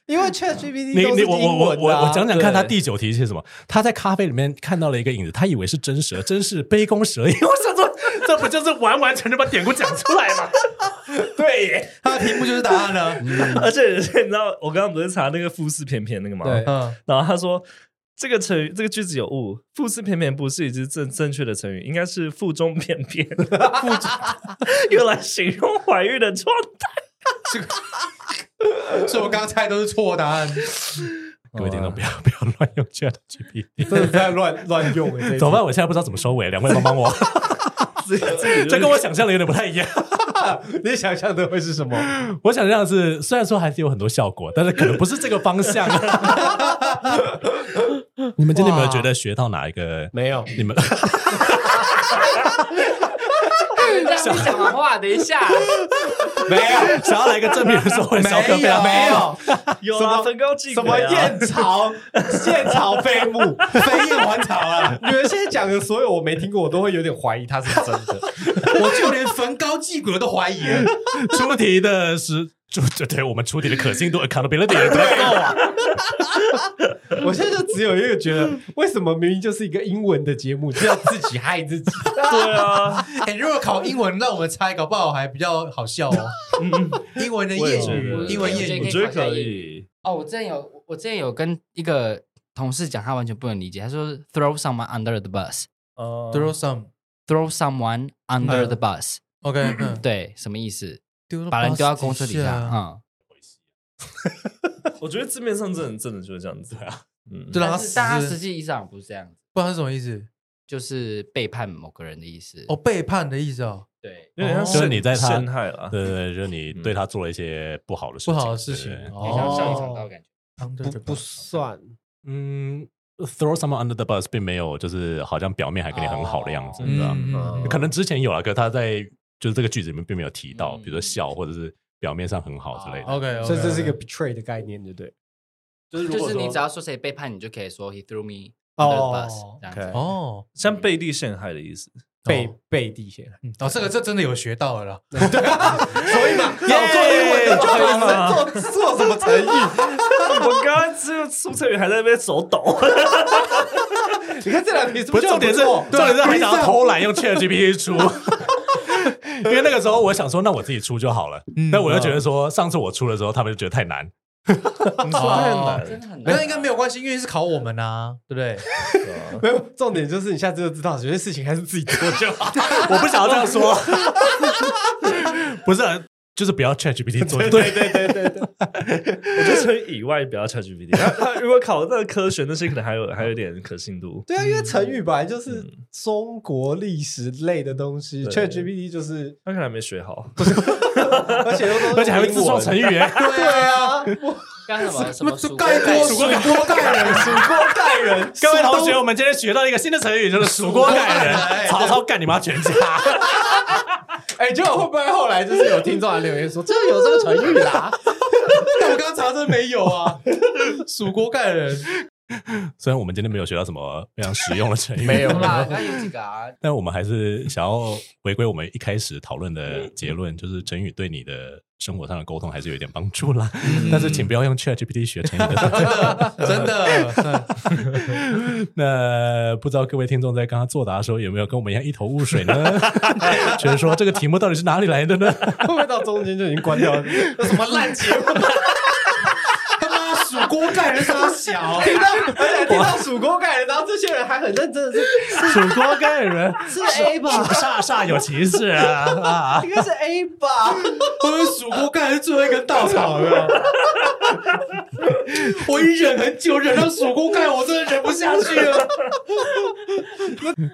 [SPEAKER 5] 因为 Chat GPT
[SPEAKER 4] 你
[SPEAKER 5] 都
[SPEAKER 4] 你
[SPEAKER 5] 是
[SPEAKER 4] 我我
[SPEAKER 5] 英
[SPEAKER 4] 我
[SPEAKER 5] 文的
[SPEAKER 4] 我
[SPEAKER 5] 啊
[SPEAKER 4] 我讲讲看，他
[SPEAKER 2] 对
[SPEAKER 4] 第九题是什么？他在咖啡里面看到了一个影子，他以为是真蛇，真是杯弓蛇影。我想说， 这不就是完完全全把典故讲出来吗？
[SPEAKER 2] 对耶，
[SPEAKER 3] 他的题目就是答案了。
[SPEAKER 2] 而且你知道，我刚刚不是查那个富士翩翩那个吗？
[SPEAKER 5] 对
[SPEAKER 3] 嗯，
[SPEAKER 2] 然后他说这个成语这个句子有误，富士翩翩不是一只正正确的成语，应该是腹中翩翩，腹中 用来形容怀孕的状态。
[SPEAKER 3] 嗯所以我刚刚猜都是错答案。
[SPEAKER 4] 各位听众，不要不要乱用 Chat GPT。
[SPEAKER 5] 真的在乱乱用哎、 欸，
[SPEAKER 4] 怎么办？我现在不知道怎么收尾，两位帮帮我，
[SPEAKER 2] 这个这个
[SPEAKER 4] 这跟我想象的有点不太一样。
[SPEAKER 5] 办？你想象的会是什么？
[SPEAKER 4] 我想象的是，虽然说还是有很多效果，但是可能不是这个方向。你们今天有没有觉得学到哪一个？
[SPEAKER 5] 没有，
[SPEAKER 4] 你们
[SPEAKER 1] 这样你讲完话，等一下，
[SPEAKER 5] 没有，
[SPEAKER 4] 想要来个正面的收尾，小可非常
[SPEAKER 3] 没有，
[SPEAKER 2] 有
[SPEAKER 5] 什
[SPEAKER 2] 啊，
[SPEAKER 5] 么
[SPEAKER 2] 分高技
[SPEAKER 5] 什么燕巢、 燕巢飞木、
[SPEAKER 3] 飞燕还巢啊！
[SPEAKER 5] 你们现在讲的所有我没听过，我都会有点怀疑它是真的。
[SPEAKER 3] 我就连焚高祭骨都怀疑了。
[SPEAKER 4] 出题的是，就就对我们出题的可信度 accountability 也不够啊。
[SPEAKER 5] 我现在就只有一个觉得，为什么明明就是一个英文的节目，就要自己害自己？
[SPEAKER 2] 对啊，
[SPEAKER 3] 哎，如果考英文，让我们猜，搞不好还比较 好笑哦。英文的谚
[SPEAKER 2] 我也觉
[SPEAKER 3] 语，
[SPEAKER 2] 得
[SPEAKER 3] 英文
[SPEAKER 1] 我
[SPEAKER 3] 谚
[SPEAKER 1] 觉
[SPEAKER 3] 语
[SPEAKER 1] 得
[SPEAKER 2] 我觉得可以。
[SPEAKER 1] 哦，我之前有我之前有跟一个同事讲，他完全不能理解，他说 throw someone under the bus，throw
[SPEAKER 2] 呃
[SPEAKER 3] throw some
[SPEAKER 1] someone under the bus，、
[SPEAKER 3] OK，嗯
[SPEAKER 1] 对，什么意思？
[SPEAKER 3] 丢到
[SPEAKER 1] 把人
[SPEAKER 3] 巴士
[SPEAKER 1] 丢到公车底下，嗯。
[SPEAKER 2] 我觉得字面上真的真的就是这样子啊，嗯，
[SPEAKER 3] 就让他
[SPEAKER 1] 但是但他
[SPEAKER 3] 死
[SPEAKER 1] 实际意义上不是这样子，
[SPEAKER 3] 不知道是什么意思？
[SPEAKER 1] 就是背叛某个人的意思。
[SPEAKER 3] 哦，，背叛的意思哦，
[SPEAKER 1] 对，
[SPEAKER 2] 有点像
[SPEAKER 4] 就是
[SPEAKER 2] 陷
[SPEAKER 4] 你在他
[SPEAKER 2] 陷害了啊，
[SPEAKER 4] 对对对，就是你对他做了一些不好的事情，
[SPEAKER 3] 不好的事情
[SPEAKER 4] 对对对
[SPEAKER 1] 有点像上一场
[SPEAKER 5] 哦
[SPEAKER 1] 道的感觉。
[SPEAKER 3] 不
[SPEAKER 5] 不不算，
[SPEAKER 4] 嗯，throw someone under the bus 并没有就是好像表面还跟你很好的样子，
[SPEAKER 1] 哦
[SPEAKER 4] 你知道吗？
[SPEAKER 3] 嗯嗯嗯
[SPEAKER 4] 可能之前有啊，可他在就是这个句子里面并没有提到，
[SPEAKER 1] 嗯
[SPEAKER 4] 比如说笑或者是表面上很哦好之类的。
[SPEAKER 3] OK，
[SPEAKER 5] 所以这是一个 betray 的概念，对哦不对？
[SPEAKER 4] 就是
[SPEAKER 1] 就是你只要说谁背叛你，就可以说 he threw me under the bus、
[SPEAKER 5] 哦
[SPEAKER 1] 这样子。
[SPEAKER 4] OK
[SPEAKER 3] 哦，
[SPEAKER 2] 像背地陷害的意思。
[SPEAKER 5] 背 背地陷害，
[SPEAKER 3] 嗯哦，这个这真的有学到了啦，
[SPEAKER 5] 所以嘛，
[SPEAKER 2] 要做英文的就可以嘛
[SPEAKER 5] 做做什么成语？
[SPEAKER 2] 我刚刚只有苏翠宇还在那边手抖，
[SPEAKER 5] 你看这两题是不
[SPEAKER 4] 不
[SPEAKER 5] 啊
[SPEAKER 4] 是
[SPEAKER 5] 是
[SPEAKER 4] 重点是，啊重点是还想要偷懒用 ChatGPT 出，因为那个时候我想说，那我自己出就好了。但我又觉得说，上次我出的时候，他们就觉得太难。
[SPEAKER 3] 哦
[SPEAKER 1] 真的很难。
[SPEAKER 3] 那应该没有关系，因为是考我们呐，对不对？
[SPEAKER 5] 没有重点就是你下次就知道，有些事情还是自己
[SPEAKER 4] 嗯
[SPEAKER 5] 做就好。
[SPEAKER 4] 我不想要这样 说，不是、啊，就是不要 ChatGPT 做。对对对对对，
[SPEAKER 2] 我觉得成语以外不要 ChatGPT。他他如果考那个科学那些，可能还有还有点可信度。
[SPEAKER 5] 对啊，因为成语本来就是
[SPEAKER 4] 嗯
[SPEAKER 5] 中国历史类的东西
[SPEAKER 2] 对
[SPEAKER 5] ，ChatGPT 就是，
[SPEAKER 2] 他可能还没学好，
[SPEAKER 5] 而且又都是
[SPEAKER 4] 而且还会自创
[SPEAKER 5] 英文
[SPEAKER 4] 成语、 欸，
[SPEAKER 5] 对啊，
[SPEAKER 1] 刚刚什么什么
[SPEAKER 5] 什么
[SPEAKER 1] 鼠
[SPEAKER 5] 盖
[SPEAKER 4] 哎
[SPEAKER 5] 锅、
[SPEAKER 1] 鼠
[SPEAKER 5] 锅盖 人、蜀锅盖人，
[SPEAKER 4] 各位同学，我们今天学到一个新的成语， 就是“蜀锅盖人”，曹操干你妈全家。
[SPEAKER 5] 哎，结果会不会后来就是有听众来留言说，这个有这个成语 啦？
[SPEAKER 3] 但我刚刚查真没有 啊，蜀锅盖人，
[SPEAKER 4] 虽然我们今天没有学到什么非常实用的成 语，
[SPEAKER 5] 没有
[SPEAKER 1] 有啦，刚刚有几个啊？
[SPEAKER 4] 但我们还是想要回归我们一开始讨论的结论，就是成语对你的生活上的沟通还是有一点帮助啦。 但是请不要用 ChatGPT 学成语 的。
[SPEAKER 3] 真的，
[SPEAKER 4] 那不知道各位听众在刚刚作答的时候有没有跟我们一样一头雾水呢？ 觉得说这个题目到底是哪里来的呢？
[SPEAKER 5] 会不会到中间就已经关掉了？
[SPEAKER 3] 那什么烂节目，他妈蜀锅盖人傻小，
[SPEAKER 5] 听到，而且听到蜀锅盖人，然后这些人还很认真的是
[SPEAKER 4] 蜀锅盖 人
[SPEAKER 5] 是 A 吧？
[SPEAKER 4] 煞煞有其事啊！啊
[SPEAKER 5] 应该是 A 吧？
[SPEAKER 3] 会不会蜀锅盖是最后一根稻草了？ 我已忍很久，忍到蜀锅盖，我真的忍不下去了。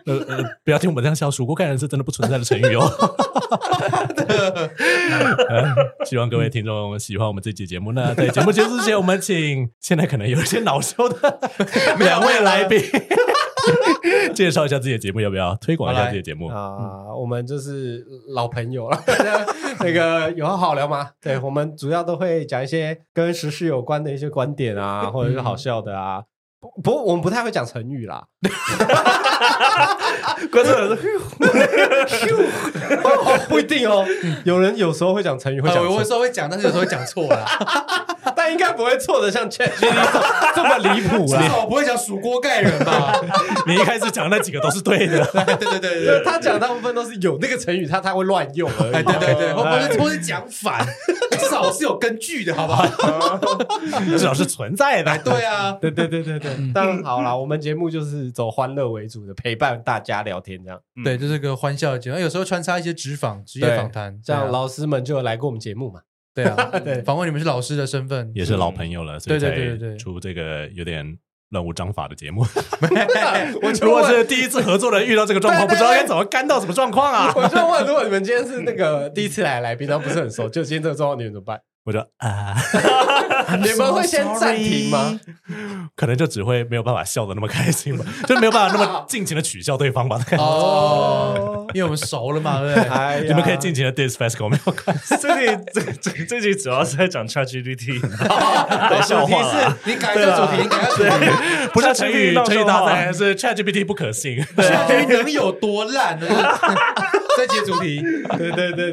[SPEAKER 4] 呃呃，不要听我们这样笑，蜀锅盖人是真的不存在的成语哦。 呃希望各位听众喜欢我们这期节目。那在节目结束之前，我们请现在可能有一些恼羞的两位来宾 介绍一下自己的节目，要不要推广一下自己的节目？
[SPEAKER 5] 啊、我们就是老朋友了。 那个有话好聊吗？对我们主要都会讲一些跟时事有关的一些观点啊，或者是好笑的啊。不不过我们不太会讲成语啦。
[SPEAKER 2] 观众人是
[SPEAKER 5] 哦不一定哦，有人有时候会讲成语，会
[SPEAKER 3] 啊
[SPEAKER 5] 讲
[SPEAKER 3] 我有
[SPEAKER 5] 错，
[SPEAKER 3] 时候会讲，但是有时候会讲错啦。
[SPEAKER 5] 但应该不会错的像 ChatGPT 这么离谱
[SPEAKER 3] 至
[SPEAKER 5] 啦。
[SPEAKER 3] 少 我不会讲蜀锅盖人吧？
[SPEAKER 4] 你一开始讲那几个都是对的，
[SPEAKER 3] 对对对
[SPEAKER 5] 就是
[SPEAKER 3] 对，
[SPEAKER 5] 他讲大部分都是有那个成语，他他会乱用而
[SPEAKER 3] 哎
[SPEAKER 5] 已。
[SPEAKER 3] 对对对，或或是或是讲反， 至少我是有根据的，好不好？
[SPEAKER 4] 至少是存在的。
[SPEAKER 3] 对啊，
[SPEAKER 5] 对对对对对，但好啦，我们节目就是走欢乐为主的，陪伴大家聊天这样。
[SPEAKER 3] 对，就是个欢笑的节目，哎有时候穿插一些职访、职业
[SPEAKER 5] 对
[SPEAKER 3] 访谈，这
[SPEAKER 5] 像
[SPEAKER 3] 样
[SPEAKER 5] 老师们就有来过我们节目嘛。
[SPEAKER 3] 对啊，
[SPEAKER 5] 对
[SPEAKER 3] 访问你们是老师的身份，
[SPEAKER 4] 也是老朋友了，所以
[SPEAKER 3] 对对
[SPEAKER 4] 才
[SPEAKER 3] 对对对
[SPEAKER 4] 出这个有点乱无章法的节目。
[SPEAKER 5] 我就
[SPEAKER 4] 如果
[SPEAKER 5] 问，
[SPEAKER 4] 是第一次合作的人遇到这个状况，不
[SPEAKER 5] 对对对
[SPEAKER 4] 知道该怎么干到什么状况啊！
[SPEAKER 5] 我就问，如果你们今天是那个第一次来的来宾，然后不是很熟，就今天这个状况，你们怎么办？
[SPEAKER 4] 我就啊。
[SPEAKER 5] 你们会先暂停吗？
[SPEAKER 4] 可能就只会没有办法笑的那么开心吧，就没有办法那 么尽情的取笑对方吧。
[SPEAKER 3] 哦，因为我们熟了嘛，对不 对？
[SPEAKER 5] 哎呀
[SPEAKER 4] 你们可以尽情的 diss Fasco 没有关系。
[SPEAKER 2] 这里这这这集主要是在讲 ChatGPT，
[SPEAKER 3] 好
[SPEAKER 4] 笑话啦
[SPEAKER 3] 主题是你改一下主题，你改一下主题，
[SPEAKER 4] 不是成语
[SPEAKER 2] ChatGPT
[SPEAKER 4] 成语大赛，
[SPEAKER 2] 闹
[SPEAKER 4] 是 ChatGPT 不可信。
[SPEAKER 5] 啊
[SPEAKER 3] 这集能有多烂啊呢？ 这集主题，
[SPEAKER 5] 对对对对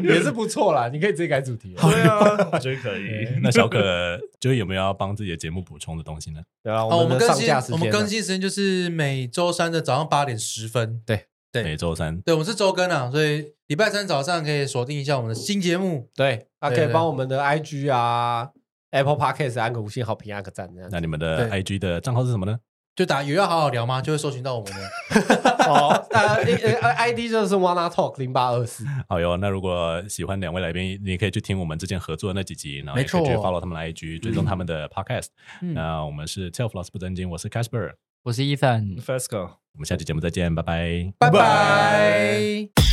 [SPEAKER 5] 对，也是不错啦。你可以直接改主题了。
[SPEAKER 2] 对啊，我觉得可以。
[SPEAKER 4] 那小可就是有没有要帮自己的节目补充的东西呢？
[SPEAKER 5] 对啊，
[SPEAKER 3] 哦，我们
[SPEAKER 5] 的
[SPEAKER 3] 更
[SPEAKER 5] 上
[SPEAKER 3] 新
[SPEAKER 5] 架时
[SPEAKER 3] 我
[SPEAKER 5] 间
[SPEAKER 3] 们
[SPEAKER 5] 了
[SPEAKER 3] 更新时间就是每周三的早上八点十分。对
[SPEAKER 4] 每周三
[SPEAKER 3] 对，我们是周更啊，所以礼拜三早上可以锁定一下我们的新节目。
[SPEAKER 5] 对啊，可
[SPEAKER 3] 对
[SPEAKER 5] 以
[SPEAKER 3] 对
[SPEAKER 5] 帮我们的 IG 啊， Apple Podcast 按个五星好评，按个赞这样子
[SPEAKER 4] 那。你们的 IG 的账号是什么呢？
[SPEAKER 3] 就打有要好好聊吗？就会搜寻到我们的。
[SPEAKER 5] 哦，呃呃呃，ID 就是 Wanna Talk 零八二四。
[SPEAKER 4] 好哟，那如果喜欢两位来宾，你可以去听我们之前合作的那几集，然后也可以
[SPEAKER 3] 没
[SPEAKER 4] 去
[SPEAKER 3] 错
[SPEAKER 4] follow 他们的 IG，追踪他们的 podcast。
[SPEAKER 1] 嗯
[SPEAKER 4] 那我们是 Tell Floss 不正经，我是 Casper，
[SPEAKER 1] 我是 Ethan，
[SPEAKER 2] Fesco。
[SPEAKER 4] 我们下期节目再见，拜拜。
[SPEAKER 3] 拜
[SPEAKER 2] 拜
[SPEAKER 3] 拜。